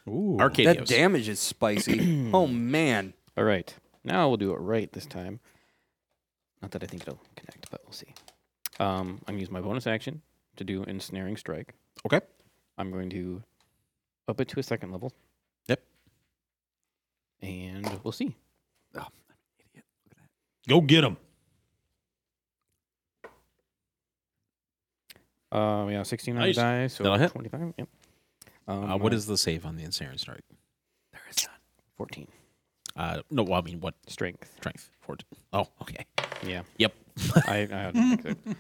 Speaker 5: Ooh.
Speaker 2: [LAUGHS] Arcadios.
Speaker 4: That damage is
Speaker 5: [CLEARS THROAT]
Speaker 4: spicy. oh man.
Speaker 3: All right. Now we'll do it right this time. Not that I think it'll connect, but we'll see. Um, I'm going to use my bonus action to do ensnaring strike.
Speaker 2: Okay.
Speaker 3: I'm going to up it to a second level.
Speaker 2: Yep.
Speaker 3: And we'll see.
Speaker 5: Go get them.
Speaker 3: Um, yeah, 16 on
Speaker 5: Nice.
Speaker 3: the die, so
Speaker 2: That'll hit.
Speaker 3: 25. Yep. Um,
Speaker 2: Uh, what is the save on the Ensnaring Strike?
Speaker 3: There is none. 14.
Speaker 2: Uh, no, well, I mean, what
Speaker 3: Strength.
Speaker 2: strength? 14. Oh, okay.
Speaker 3: Yeah.
Speaker 2: Yep.
Speaker 3: I, I don't
Speaker 2: [LAUGHS]
Speaker 3: think that.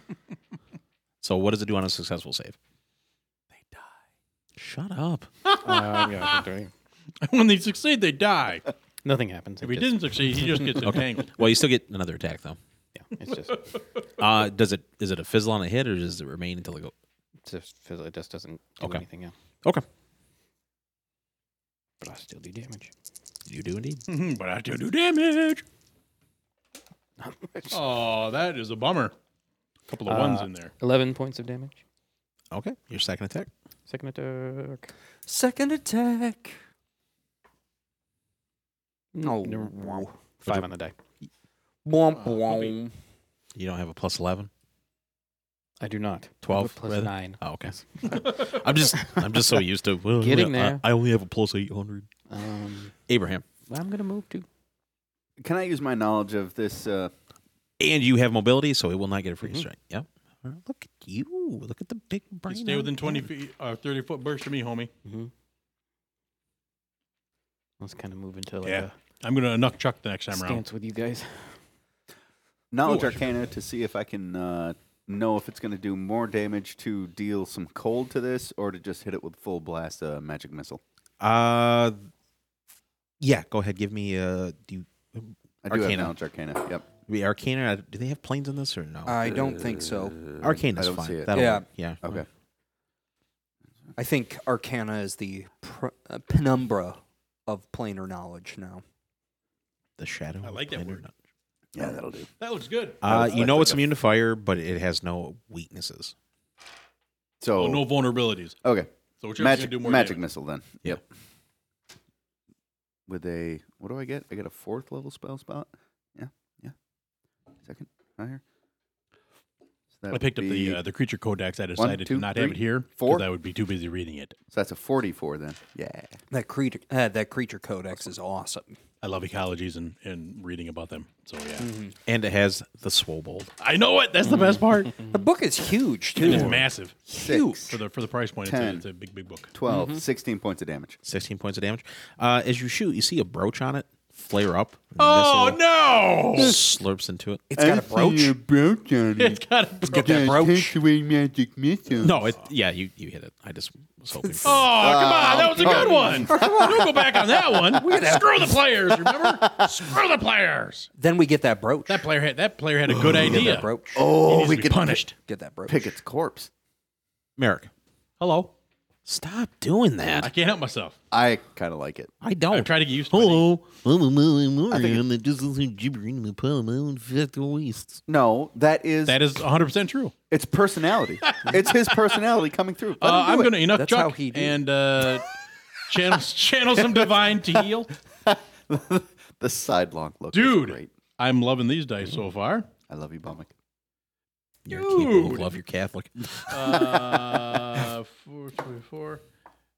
Speaker 2: So what does it do on a successful save? They die. Shut up.
Speaker 3: Um, yeah, I think there-
Speaker 5: [LAUGHS] when they succeed, they die.
Speaker 3: nothing happens.
Speaker 5: If
Speaker 3: it
Speaker 5: he didn't succeed, he just gets entangled.
Speaker 2: Well, you still get another attack [LAUGHS] though.
Speaker 3: Yeah, it's
Speaker 5: [LAUGHS]
Speaker 3: just,
Speaker 2: Uh, does it is it a fizzle on a hit or does it remain until it go?
Speaker 3: it's just fizzle- it just doesn't do
Speaker 2: Okay.
Speaker 3: anything. Yeah.
Speaker 2: Okay.
Speaker 3: But I still do damage.
Speaker 2: You do indeed.
Speaker 5: but I do do damage.
Speaker 3: [LAUGHS]
Speaker 5: Oh, that is a bummer. A couple of ones
Speaker 3: Uh,
Speaker 5: in there.
Speaker 3: 11 points of damage.
Speaker 2: Okay. Your second attack.
Speaker 3: Second attack.
Speaker 4: Second attack. No.
Speaker 3: Never-
Speaker 4: Womp
Speaker 3: Five on the die.
Speaker 5: Uh,
Speaker 4: womp.
Speaker 2: You don't have a plus 11?
Speaker 3: I do not.
Speaker 2: 12,
Speaker 3: Plus
Speaker 2: rather?
Speaker 3: nine.
Speaker 2: Oh,
Speaker 3: [LAUGHS]
Speaker 2: okay. I'm just I'm just so e- used to [LAUGHS] well,
Speaker 3: Getting
Speaker 2: yeah, I-
Speaker 3: there.
Speaker 2: I, only have a plus 800.
Speaker 3: Um,
Speaker 2: Abraham.
Speaker 3: I'm gonna move to.
Speaker 6: Can I use my knowledge of this? Uh,
Speaker 2: And you have mobility, so it will not get a free
Speaker 3: Mhm.
Speaker 2: strike. Yep. All right, Look at you. Look at the big brain.
Speaker 5: stay within
Speaker 2: out
Speaker 5: 20
Speaker 2: there.
Speaker 5: feet or 30 foot burst of me, homie.
Speaker 3: Mm-hmm. Let's kind of move into like
Speaker 5: Yeah. I'm going to nuck Chuck the next
Speaker 3: a
Speaker 5: time around.
Speaker 3: stance with you guys.
Speaker 6: knowledge
Speaker 5: Ooh, I should-
Speaker 6: Arcana to see if I can uh, know if it's going to do more damage to deal some cold to this or to just hit it with full blast uh, magic missile.
Speaker 2: Uh, yeah, go ahead. Give me uh, do you,
Speaker 6: I do
Speaker 2: Arcana.
Speaker 6: have knowledge Arcana. Yep.
Speaker 2: the Arcana. uh, Do they have planes in this or no?
Speaker 4: I don't think
Speaker 6: Oh,
Speaker 4: so.
Speaker 5: Uh,
Speaker 2: Arcana
Speaker 6: I
Speaker 2: is
Speaker 6: don't
Speaker 2: fine.
Speaker 6: see it.
Speaker 2: That'll
Speaker 4: Uh, Yeah.
Speaker 2: work. Yeah.
Speaker 6: Okay.
Speaker 4: I think Arcana is the pr- uh, penumbra of planar knowledge now.
Speaker 2: The shadow.
Speaker 5: I like that
Speaker 2: planar
Speaker 5: word.
Speaker 2: knowledge.
Speaker 6: Yeah, that'll do.
Speaker 5: That looks good.
Speaker 2: Uh,
Speaker 6: I
Speaker 2: you know
Speaker 6: like
Speaker 2: it's
Speaker 6: that.
Speaker 2: immune to fire, but it has no weaknesses.
Speaker 6: So
Speaker 5: Oh, no vulnerabilities.
Speaker 6: okay,
Speaker 5: So whichever's gonna
Speaker 6: magic
Speaker 5: do more
Speaker 6: magic
Speaker 5: damage.
Speaker 6: missile then.
Speaker 2: Yeah.
Speaker 6: With a what do I get? I get a fourth level spell spot. Yeah, yeah. Second higher. So that
Speaker 5: I picked up
Speaker 6: would
Speaker 5: the
Speaker 6: be-
Speaker 5: uh, the creature codex. I decided
Speaker 6: two,
Speaker 5: to not have
Speaker 6: three,
Speaker 5: it here
Speaker 6: four.
Speaker 5: because I would be too busy reading it.
Speaker 6: so that's a forty-four then. Yeah.
Speaker 4: That creature, uh, that creature codex is awesome.
Speaker 5: I love ecologies and, and reading about them. So yeah,
Speaker 2: And it has the Swobold.
Speaker 5: I know it. That's the best
Speaker 6: [LAUGHS]
Speaker 5: part.
Speaker 4: The book is huge
Speaker 5: It is
Speaker 4: too.
Speaker 5: massive
Speaker 6: Huge.
Speaker 5: for the for the price point. It's a,
Speaker 6: Ten.
Speaker 5: it's a big big book.
Speaker 6: 12, 16 points of damage.
Speaker 2: 16 points of damage. Uh, as you shoot, you see a brooch on it flare up.
Speaker 5: Oh
Speaker 2: Missile
Speaker 5: no! [LAUGHS]
Speaker 2: Slurps into it.
Speaker 4: It's got a brooch.
Speaker 6: brooch on
Speaker 5: It's got a broken.
Speaker 4: that brooch.
Speaker 6: away magic missile.
Speaker 2: No, it, yeah, you, you hit it. I just was hoping. For
Speaker 5: Oh, come on. That was a good one. Don't go back on that one. [LAUGHS] Screw the players, remember? Screw the players.
Speaker 4: Then we get that brooch.
Speaker 5: That player had that player had a good
Speaker 4: Get
Speaker 5: idea.
Speaker 4: that brooch.
Speaker 5: He
Speaker 6: Oh,
Speaker 5: needs
Speaker 6: we
Speaker 5: to be
Speaker 6: could
Speaker 5: punished.
Speaker 4: Get that brooch.
Speaker 6: pick its corpse.
Speaker 2: Merrick,
Speaker 5: Hello.
Speaker 2: stop doing
Speaker 5: I
Speaker 2: that.
Speaker 5: can't help myself.
Speaker 6: I kind of like it.
Speaker 2: I don't.
Speaker 5: I'm trying to get used to it.
Speaker 2: Hello, I'm a million more,
Speaker 6: I think it-
Speaker 2: and it just isn't gibbering in the pile of my own fat waste.
Speaker 6: No, that is
Speaker 5: That is 100% true. [LAUGHS]
Speaker 6: its personality. it's his personality coming through. Let
Speaker 5: Uh,
Speaker 6: him do
Speaker 5: I'm
Speaker 6: it.
Speaker 5: going to enough
Speaker 4: That's
Speaker 5: Chuck
Speaker 4: how he do it.
Speaker 5: and
Speaker 4: [LAUGHS]
Speaker 5: uh, channel channel some divine to heal.
Speaker 6: [LAUGHS] the sidelock look. is
Speaker 5: Dude.
Speaker 6: great.
Speaker 5: I'm loving these dice so far.
Speaker 6: I love you, Bomic.
Speaker 2: You're capable of
Speaker 5: Dude.
Speaker 2: love, you're Catholic.
Speaker 5: Uh, four, three, four,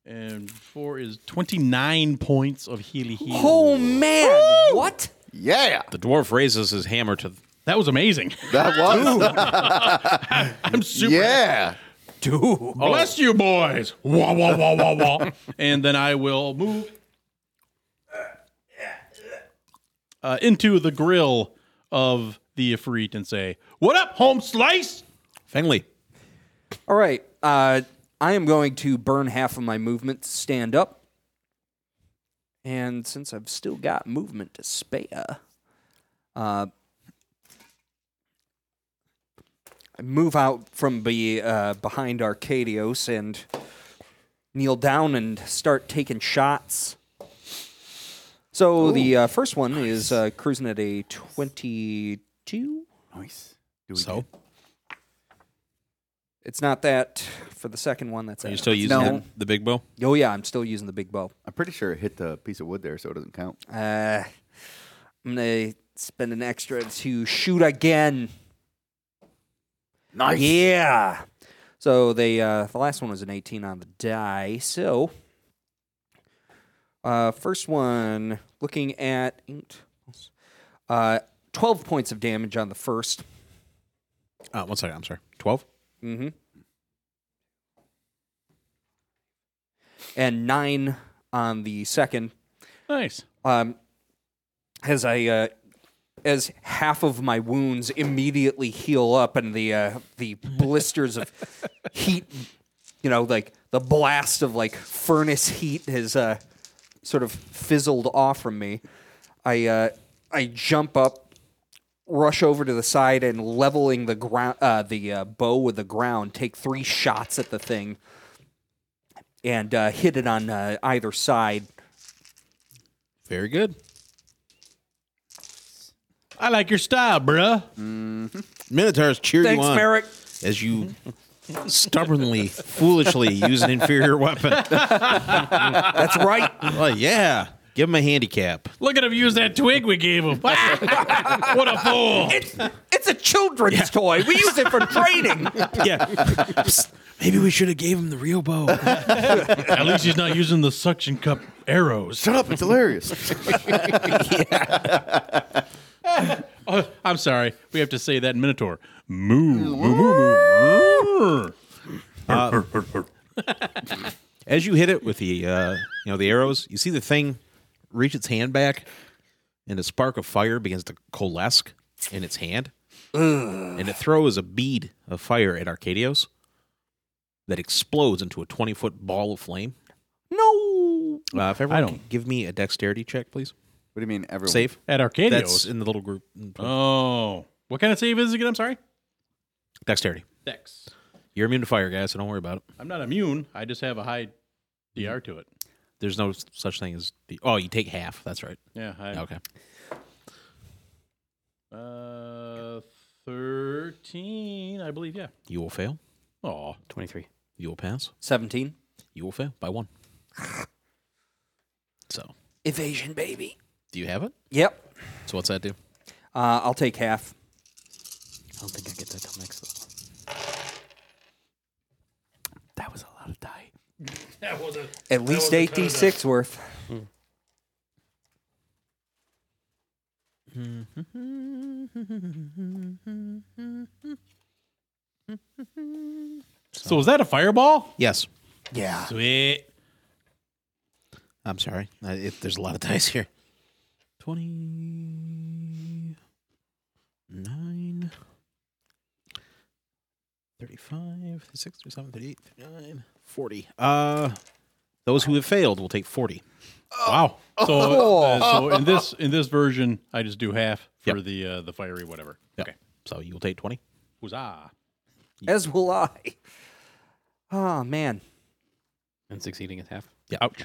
Speaker 5: and four is 29 points of healy heal.
Speaker 4: Oh man, what?
Speaker 6: Yeah,
Speaker 2: The dwarf raises his hammer to
Speaker 5: That was amazing. [LAUGHS]
Speaker 6: that was.
Speaker 5: I'm
Speaker 6: [LAUGHS]
Speaker 5: super
Speaker 6: yeah,
Speaker 4: Dude.
Speaker 5: Bless you, boys. Wah, wah, wah, wah, [LAUGHS] wah. and then I will move uh, into the grill of the Ifrit and say, What up, home slice?
Speaker 2: Fengli.
Speaker 4: All right. Uh, I am going to burn half of my movement to stand up. And since I've still got movement to spare, uh, I move out from be, uh, behind Arcadios and kneel down and start taking shots.
Speaker 2: Oh,
Speaker 4: So the uh, first one is uh, cruising at a 22.
Speaker 6: nice. Do we
Speaker 2: So,
Speaker 4: It's not that for the second one. That's
Speaker 2: are you
Speaker 4: it.
Speaker 2: still using
Speaker 6: No.
Speaker 2: the, the big bow?
Speaker 4: Oh yeah, I'm still using the big bow.
Speaker 6: I'm pretty sure it hit the piece of wood there, so it doesn't count.
Speaker 4: Uh, I'm gonna spend an extra to shoot again.
Speaker 6: Nice.
Speaker 4: Yeah. So they uh, the last one was an 18 on the die. So uh, first one looking at eight, uh, 12 points of damage on the first.
Speaker 2: Uh, one second, I'm sorry. 12?
Speaker 4: Mm-hmm. And nine on the second.
Speaker 5: Nice.
Speaker 4: um, as I uh, as half of my wounds immediately heal up and the uh, the blisters [LAUGHS] of heat, you know, like the blast of like furnace heat has uh, sort of fizzled off from me. I uh, I jump up, rush over to the side, and leveling the ground uh, the uh, bow with the ground, take three shots at the thing. And uh, hit it on uh, either side.
Speaker 2: Very good.
Speaker 5: I like your style, bruh.
Speaker 2: Minotaurs cheer
Speaker 4: Thanks,
Speaker 2: you on
Speaker 4: Merrick.
Speaker 2: as you stubbornly, foolishly use an inferior weapon. That's right. Well, yeah. Give him a handicap.
Speaker 5: Look at him use that twig we gave [LAUGHS] him. what a fool!
Speaker 4: It's a children's toy. We use
Speaker 5: [LAUGHS]
Speaker 4: it for training.
Speaker 2: Yeah. [LAUGHS] Psst, maybe we should have gave him the real bow.
Speaker 5: At least he's not using the suction cup arrows. [LAUGHS]
Speaker 6: Shut up! It's hilarious. [LAUGHS]
Speaker 5: Oh, I'm sorry. We have to say that in Minotaur. Moo, moo, moo, moo. Uh,
Speaker 2: As you hit it with the uh, you know the arrows, you see the thing reach its hand back, and a spark of fire begins to coalesce in its hand, and it throws a bead of fire at Arcadios that explodes into a twenty foot ball of flame.
Speaker 4: No.
Speaker 2: Uh, if everyone
Speaker 5: I don't-
Speaker 2: could give me a dexterity check, please.
Speaker 6: What do you mean, everyone?
Speaker 2: Save.
Speaker 5: At
Speaker 2: That's
Speaker 5: Arcadios.
Speaker 2: in the little group.
Speaker 5: oh, what kind of save is it again? I'm sorry.
Speaker 2: Dexterity.
Speaker 5: Dex.
Speaker 2: You're immune to fire, guys, so don't worry about it.
Speaker 5: I'm not immune. I just have a high DR to it.
Speaker 2: There's no s- such thing as the. Oh, you take half. That's right.
Speaker 5: Yeah. I,
Speaker 2: Okay.
Speaker 5: Uh, thirteen, I believe. Yeah.
Speaker 2: You will fail.
Speaker 5: Oh,
Speaker 3: 23.
Speaker 2: You will pass.
Speaker 4: Seventeen.
Speaker 2: You will fail by one. [LAUGHS] So,
Speaker 4: Evasion, baby.
Speaker 2: do you have it?
Speaker 4: Yep.
Speaker 2: So, what's that do?
Speaker 4: Uh, I'll take half.
Speaker 3: I don't think I get that till next level.
Speaker 2: That was a lot of die.
Speaker 4: At least eight d six worth.
Speaker 5: so is that a fireball?
Speaker 2: Yes.
Speaker 4: Yeah.
Speaker 5: Sweet.
Speaker 2: I'm sorry. I, it, there's a lot of dice here. 20, 9, 35, 36, 37, 38, 39, 40. Uh, those who have failed will take 40.
Speaker 5: Wow. So, uh, so in this in this version, I just do half for
Speaker 2: Yep.
Speaker 5: the uh, the fiery whatever.
Speaker 2: Yep.
Speaker 5: Okay.
Speaker 2: So, you will take 20.
Speaker 5: Huzzah.
Speaker 4: As will I. Oh man.
Speaker 3: And succeeding is half.
Speaker 2: Yeah. Ouch.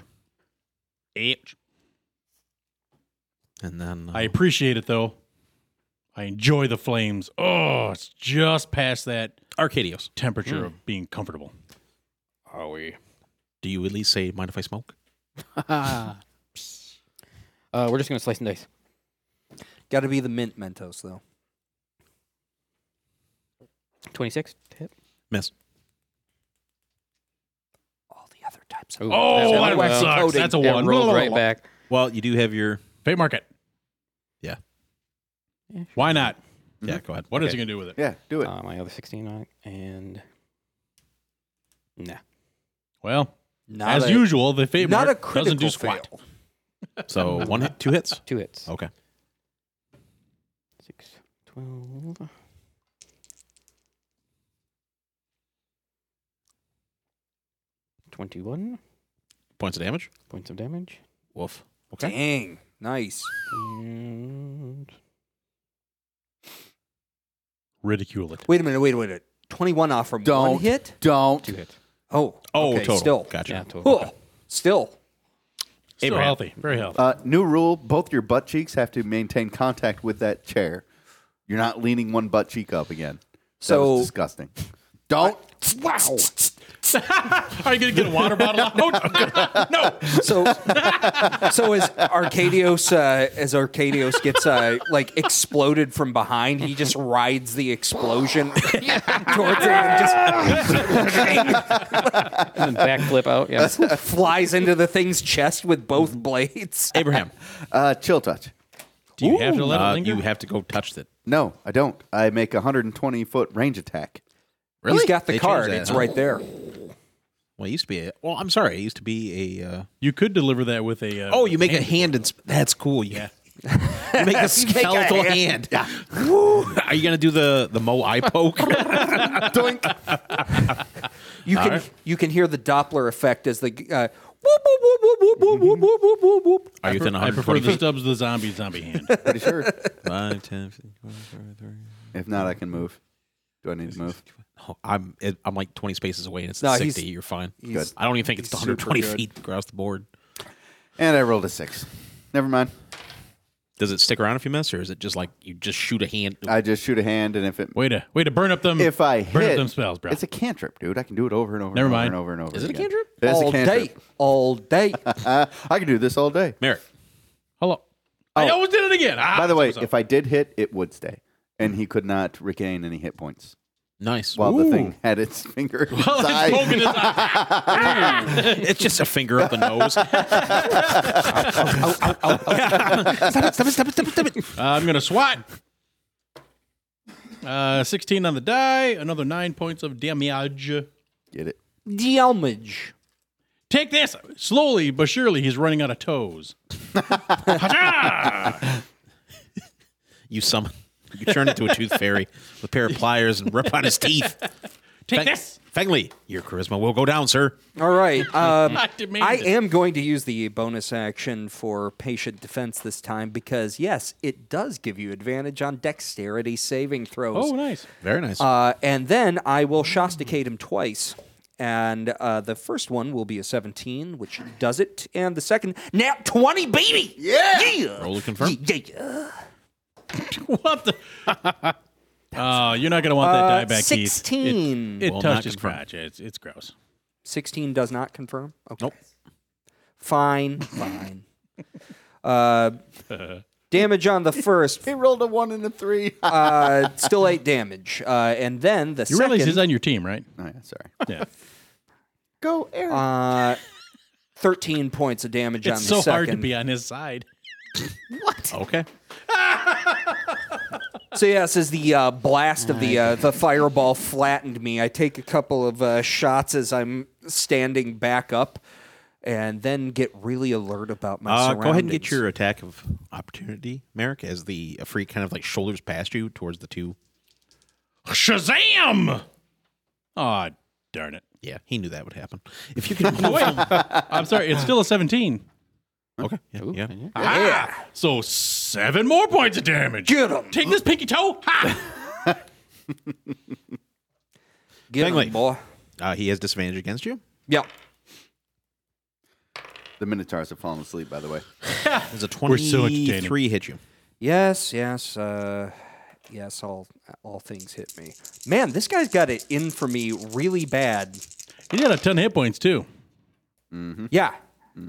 Speaker 2: And then uh,
Speaker 5: I appreciate it though. I enjoy the flames. Oh, it's just past that
Speaker 2: Arcadios.
Speaker 5: temperature
Speaker 2: Hmm.
Speaker 5: of being comfortable.
Speaker 3: Are we?
Speaker 2: Do you at least say, mind if I smoke?
Speaker 3: uh, we're just going to slice and dice.
Speaker 4: Got to be the mint Mentos though.
Speaker 3: 26 to hit.
Speaker 2: Miss.
Speaker 4: All the other types. Of-
Speaker 3: Ooh,
Speaker 5: Oh,
Speaker 3: that's
Speaker 5: that
Speaker 3: a
Speaker 5: one
Speaker 3: one.
Speaker 5: sucks.
Speaker 4: Coating.
Speaker 5: That's a
Speaker 3: That
Speaker 5: one.
Speaker 3: rolled right back.
Speaker 2: Well, you do have your.
Speaker 5: Pay market.
Speaker 2: Yeah.
Speaker 5: Why not?
Speaker 2: Yeah, go ahead.
Speaker 5: What is
Speaker 2: Okay.
Speaker 5: he gonna do with it?
Speaker 6: Yeah, do it.
Speaker 5: Um,
Speaker 3: Uh, my other 16 on it. And. Nah.
Speaker 5: Well,
Speaker 4: not
Speaker 5: as
Speaker 4: a-
Speaker 5: usual, the fate
Speaker 4: Not a
Speaker 5: mark
Speaker 4: critical
Speaker 5: doesn't do squat.
Speaker 4: fail.
Speaker 2: [LAUGHS] So one hit, two hits.
Speaker 3: Two hits.
Speaker 2: Okay.
Speaker 3: Six, twelve. Twenty-one
Speaker 2: Points of damage.
Speaker 3: points of damage.
Speaker 2: Woof.
Speaker 4: Dang. Nice.
Speaker 3: And
Speaker 5: Ridicule it.
Speaker 4: Wait a minute. Wait. Wait. Wait. Twenty one off from one
Speaker 6: Don't.
Speaker 4: hit.
Speaker 6: Don't.
Speaker 3: two hits.
Speaker 4: Oh.
Speaker 2: Oh,
Speaker 4: okay,
Speaker 2: total.
Speaker 4: Still.
Speaker 2: Gotcha.
Speaker 3: Yeah, total.
Speaker 4: Oh, still.
Speaker 5: Still
Speaker 2: Abraham.
Speaker 5: healthy. Very healthy.
Speaker 6: Uh, new rule: both your butt cheeks have to maintain contact with that chair. You're not leaning one butt cheek up again. that
Speaker 4: So-
Speaker 6: was disgusting. Don't.
Speaker 4: Wow.
Speaker 5: [LAUGHS] Are you gonna get a water [LAUGHS] bottle out? Oh, No,
Speaker 4: So, so as Arcadios uh, as Arcadios gets uh, like exploded from behind, he just rides the explosion [LAUGHS] towards him and
Speaker 3: And then backflip out. Yeah.
Speaker 4: just flies into the thing's chest with both blades.
Speaker 2: Abraham,
Speaker 6: Uh, chill touch.
Speaker 5: Do you have to let
Speaker 2: uh,
Speaker 5: it linger?
Speaker 2: you have to go touch it.
Speaker 6: No, I don't. I make a 120 foot range attack.
Speaker 2: Really?
Speaker 4: He's got the
Speaker 2: They changed
Speaker 4: card;
Speaker 2: that,
Speaker 4: it's
Speaker 2: huh?
Speaker 4: right there.
Speaker 2: Well, it used to be. A, well, I'm sorry. It used to be a. Uh,
Speaker 5: you could deliver that with a. Uh,
Speaker 2: oh, you make a hand and sp- that's cool. [LAUGHS] You,
Speaker 5: Yeah.
Speaker 2: you make a skeletal hand. Woo. Are you gonna do the the mo eye [LAUGHS] poke?
Speaker 4: You can you can hear the Doppler effect as the uh, whoop whoop whoop whoop whoop whoop whoop whoop whoop whoop.
Speaker 2: Are you within
Speaker 5: I prefer
Speaker 2: 120
Speaker 5: the
Speaker 2: feet?
Speaker 5: stubs of the zombie zombie hand.
Speaker 4: [LAUGHS]
Speaker 6: Pretty sure.
Speaker 2: Five, 10, 15, 20, 30, 30.
Speaker 6: if not, I can move. Do I need to
Speaker 4: [LAUGHS]
Speaker 6: move?
Speaker 2: Oh, I'm it, I'm like 20 spaces away and it's
Speaker 4: No,
Speaker 2: at
Speaker 4: he's-
Speaker 2: 60. You're fine.
Speaker 4: Good.
Speaker 2: I don't even think it's
Speaker 6: he's
Speaker 2: 120
Speaker 6: super good.
Speaker 2: feet across the board.
Speaker 6: And I rolled a six. Never mind.
Speaker 2: Does it stick around if you miss, or is it just like you just shoot a hand?
Speaker 6: I just shoot a hand, and if it
Speaker 5: Way to way to burn up them.
Speaker 6: if I
Speaker 5: burn
Speaker 6: hit
Speaker 5: up them spells, bro.
Speaker 6: It's a cantrip, dude. I can do it over and over.
Speaker 5: Never
Speaker 6: and
Speaker 5: mind.
Speaker 6: Over and over and over.
Speaker 2: Is it a
Speaker 6: again.
Speaker 2: cantrip?
Speaker 6: It is
Speaker 4: all
Speaker 6: a cantrip.
Speaker 4: day,
Speaker 2: [LAUGHS]
Speaker 4: all day.
Speaker 6: [LAUGHS] I can do this all day.
Speaker 2: Merrick.
Speaker 5: Hello. I
Speaker 6: Oh.
Speaker 5: almost did it again. Ah,
Speaker 6: By the way,
Speaker 5: so- so-
Speaker 6: if I did hit, it would stay, and he could not regain any hit points
Speaker 2: [LAUGHS] Nice.
Speaker 6: while the thing had its [LAUGHS] finger. in
Speaker 5: Well, [LAUGHS]
Speaker 6: his eye.
Speaker 5: it's poking his eye.
Speaker 2: it's just a finger up the nose.
Speaker 5: Uh, I'm gonna swat. Uh, 16 on the die, another nine points of damage.
Speaker 6: Get it?
Speaker 4: Damage.
Speaker 5: Take this slowly but surely. He's running out
Speaker 2: [LAUGHS]
Speaker 5: of toes.
Speaker 2: You summon. You turn into a tooth fairy with a pair of pliers and rip out his teeth.
Speaker 5: Take
Speaker 2: Feng-
Speaker 5: this.
Speaker 2: Fengli, your charisma will go down, sir.
Speaker 4: All right. Um,
Speaker 5: I
Speaker 4: I,
Speaker 5: demand it.
Speaker 4: am going to use the bonus action for patient defense this time because, yes, it does give you advantage on dexterity saving throws.
Speaker 5: Oh, nice.
Speaker 2: Very nice.
Speaker 4: Uh, and then I will shostakate him twice. And uh, the first one will be a 17, which does it. And the second, nat 20, baby! Yeah! Yeah!
Speaker 2: Roll to confirm.
Speaker 4: Yeah, yeah.
Speaker 5: What the?
Speaker 2: [LAUGHS]
Speaker 5: Oh, you're not gonna want that die
Speaker 4: Uh,
Speaker 5: back, Keith. It-
Speaker 4: 16.
Speaker 5: It,
Speaker 2: Will not
Speaker 5: touched his
Speaker 2: confirm.
Speaker 5: crotch. It's it's gross.
Speaker 4: 16 does not confirm? Okay.
Speaker 2: Nope.
Speaker 4: Fine, fine. Uh, damage on the first,
Speaker 6: He rolled a one and a three. [LAUGHS] oh,
Speaker 4: uh, still eight damage. Uh, and then the
Speaker 5: You
Speaker 4: second.
Speaker 5: realize he's on your
Speaker 2: [LAUGHS]
Speaker 5: team, right?
Speaker 6: yeah, sorry.
Speaker 5: Yeah.
Speaker 6: Go, Eric.
Speaker 4: uh, 13 points of damage on
Speaker 5: it's
Speaker 4: the
Speaker 5: so
Speaker 4: second.
Speaker 5: hard to be on
Speaker 2: [LAUGHS]
Speaker 5: his side.
Speaker 2: Okay.
Speaker 4: So yes, as the uh, blast of
Speaker 5: Oh
Speaker 4: the uh, the fireball flattened me, I take a couple of uh, shots as I'm standing back up, and then get really alert about my
Speaker 2: Uh,
Speaker 4: surroundings.
Speaker 2: go ahead and get your attack of opportunity, Merrick, as the a freak kind of like shoulders past you towards the two.
Speaker 5: Shazam! Oh,
Speaker 2: [LAUGHS]
Speaker 5: darn it.
Speaker 2: Yeah, he knew that would happen. If you [LAUGHS] can
Speaker 5: Wait, I'm sorry. It's still a 17.
Speaker 2: Okay. Yeah. yeah.
Speaker 5: Ah, so seven more points of damage.
Speaker 4: Get 'em.
Speaker 5: Take this pinky toe. Ha!
Speaker 4: get 'em,
Speaker 2: Bingley.
Speaker 4: boy.
Speaker 2: Uh, he has disadvantage against you.
Speaker 4: Yep.
Speaker 6: the Minotaurs have fallen asleep, by the way. [LAUGHS]
Speaker 2: It's a
Speaker 5: We're so entertaining.
Speaker 2: twenty-three hit you.
Speaker 4: Yes. Yes. Uh, yes. All all things hit me. Man, this guy's got it in for me really bad.
Speaker 5: He got a ton of hit points too. Hmm?
Speaker 4: Yeah.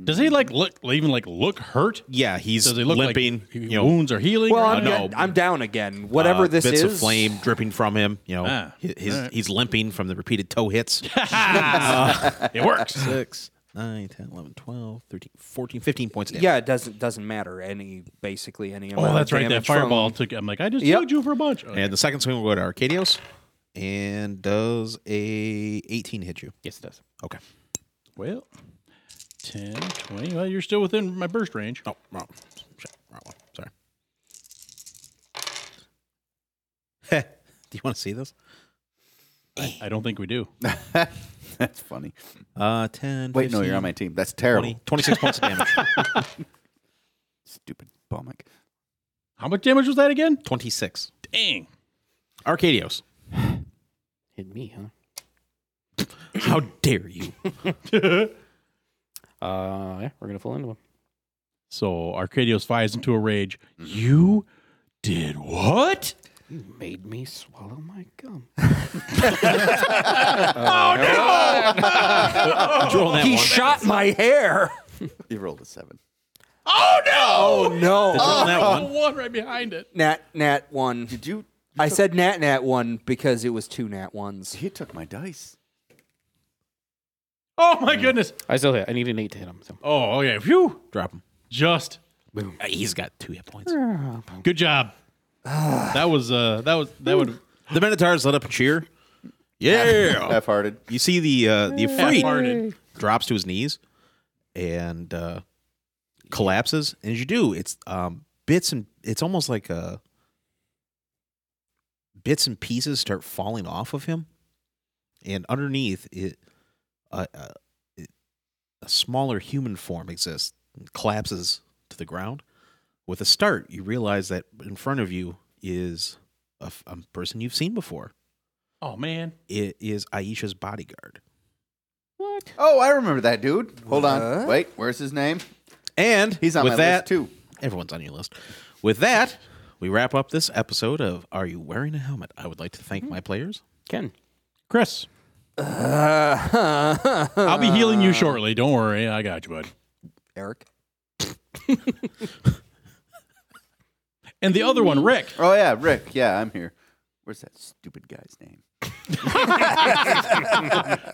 Speaker 5: Does he like look even like look hurt?
Speaker 2: Yeah, he's
Speaker 5: Does he look
Speaker 2: limping.
Speaker 5: like
Speaker 2: you know,
Speaker 5: wounds are healing?
Speaker 4: Well,
Speaker 5: or
Speaker 4: I'm,
Speaker 5: no.
Speaker 2: no.
Speaker 4: get- I'm down again. Whatever
Speaker 2: uh,
Speaker 4: this
Speaker 2: bits
Speaker 4: is,
Speaker 2: of flame dripping from him. You know,
Speaker 5: Ah,
Speaker 2: hi- his,
Speaker 5: alright.
Speaker 2: he's limping from the repeated toe
Speaker 5: [LAUGHS]
Speaker 2: hits.
Speaker 5: Ah. it works.
Speaker 2: Six, nine, 10, 11, 12, 13, 14, 15 points of damage.
Speaker 4: Yeah, it doesn't doesn't matter any basically any amount.
Speaker 5: Oh,
Speaker 4: of
Speaker 5: that's right. That
Speaker 4: damage from-
Speaker 5: fireball took. I'm like, I just
Speaker 4: Yep.
Speaker 5: healed you for a bunch. Okay.
Speaker 2: And the second swing will go to Arcadios. And does a 18 hit you?
Speaker 3: Yes, it does.
Speaker 2: Okay.
Speaker 5: Well, 10, 20. Well, you're still within my burst range.
Speaker 2: Oh, wrong. Shit, wrong one. Sorry. Heh. [LAUGHS] Do you want to see this?
Speaker 5: I, I don't think we do.
Speaker 6: That's funny.
Speaker 2: Uh, 10.
Speaker 6: Wait, no, you're on my
Speaker 2: 15,
Speaker 6: team. That's terrible.
Speaker 2: 20, 26 points
Speaker 6: [LAUGHS]
Speaker 2: of damage.
Speaker 6: Stupid bummick.
Speaker 5: How much damage was that again?
Speaker 2: 26.
Speaker 5: Dang.
Speaker 2: Arcadios.
Speaker 3: Hit me, huh? [LAUGHS]
Speaker 2: How dare you?
Speaker 3: Uh, yeah, we're gonna fall into him.
Speaker 5: So Arcadios flies into a rage. You did what?
Speaker 3: You made me swallow my gum.
Speaker 6: Oh,
Speaker 4: He shot my hair.
Speaker 6: You rolled a seven.
Speaker 4: Oh no!
Speaker 2: that one.
Speaker 5: The Oh, one right behind it.
Speaker 4: [LAUGHS] Nat Nat one.
Speaker 6: Did you?
Speaker 4: I said Nat Nat one because it was two Nat ones.
Speaker 6: He [LAUGHS] took my dice.
Speaker 5: Oh my
Speaker 4: Mm.
Speaker 5: goodness.
Speaker 3: I still hit. I need an eight to hit him. So.
Speaker 5: Oh, okay. Phew.
Speaker 2: Drop him.
Speaker 5: Just
Speaker 2: Uh, He's got two hit points.
Speaker 5: good job. that was uh that was that would
Speaker 2: The Minotaurs let up a cheer. Yeah.
Speaker 6: Half-hearted.
Speaker 2: you see the uh, the freak
Speaker 5: farted.
Speaker 2: drops to his knees and uh, collapses. And as you do, it's um, bits and it's almost like uh, bits and pieces start falling off of him, and underneath it, uh, uh, it a smaller human form exists, and collapses to the ground. With a start, you realize that in front of you is a f a a person you've seen before
Speaker 5: Oh man.
Speaker 2: it is Aisha's bodyguard.
Speaker 6: Oh, I remember that dude. Hold
Speaker 4: What?
Speaker 6: on. Wait, where's his name?
Speaker 2: And
Speaker 6: He's on
Speaker 2: with
Speaker 6: my
Speaker 2: that,
Speaker 6: list too.
Speaker 2: Everyone's on your list. With that, we wrap up this episode of Are You Wearing a Helmet? I would like to thank my players.
Speaker 3: Ken.
Speaker 5: Chris. I'll be healing you shortly. Don't worry. I got you, bud.
Speaker 4: Uh, Eric.
Speaker 5: And the other one, Rick.
Speaker 6: Oh yeah, Rick. Yeah, I'm here. Where's that stupid guy's name?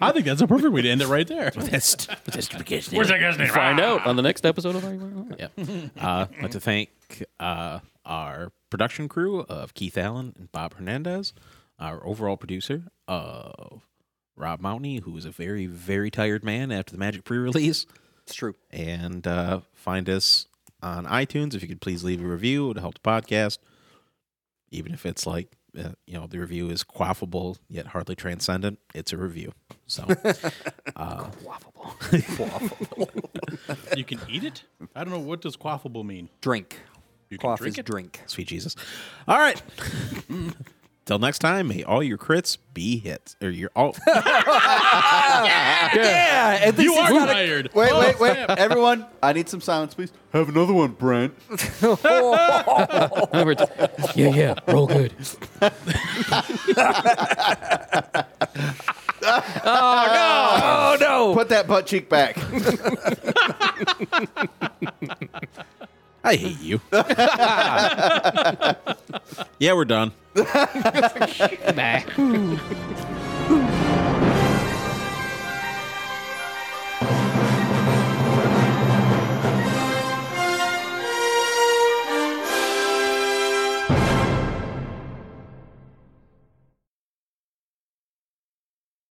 Speaker 5: I think that's a perfect way to end it right there.
Speaker 2: Test. Test
Speaker 5: Ah.
Speaker 3: Find out on the next episode of Are You Wearing a Helmet?
Speaker 2: Yeah. Uh, I'd like to thank uh, our production crew of Keith Allen and Bob Hernandez, our overall producer of Rob Mountney, who is a very, very tired man after the Magic pre release.
Speaker 4: It's true.
Speaker 2: And uh, find us on iTunes. If you could please leave a review, it would help the podcast. Even if it's like, uh, you know, the review is quaffable yet hardly transcendent, it's a review. So, uh,
Speaker 5: You can eat it? I don't know. What does quaffable mean?
Speaker 4: Drink.
Speaker 5: You can
Speaker 4: Quaff
Speaker 5: drink
Speaker 4: is
Speaker 5: it?
Speaker 4: drink.
Speaker 2: Sweet Jesus. All right. Till next time, may all your crits be hits. Or your all [LAUGHS]
Speaker 4: Yeah, and this
Speaker 5: You
Speaker 4: is
Speaker 5: are
Speaker 4: not a-
Speaker 5: tired.
Speaker 6: Wait,
Speaker 5: Oh,
Speaker 6: wait, wait,
Speaker 5: snap.
Speaker 6: everyone! I need some silence, please. Have another one, [LAUGHS] Brent.
Speaker 3: Remember, it's- yeah, yeah, roll good.
Speaker 4: [LAUGHS] oh no.
Speaker 6: Put that butt cheek back.
Speaker 4: [LAUGHS]
Speaker 2: I hate you. [LAUGHS] yeah, we're done.
Speaker 3: Bye.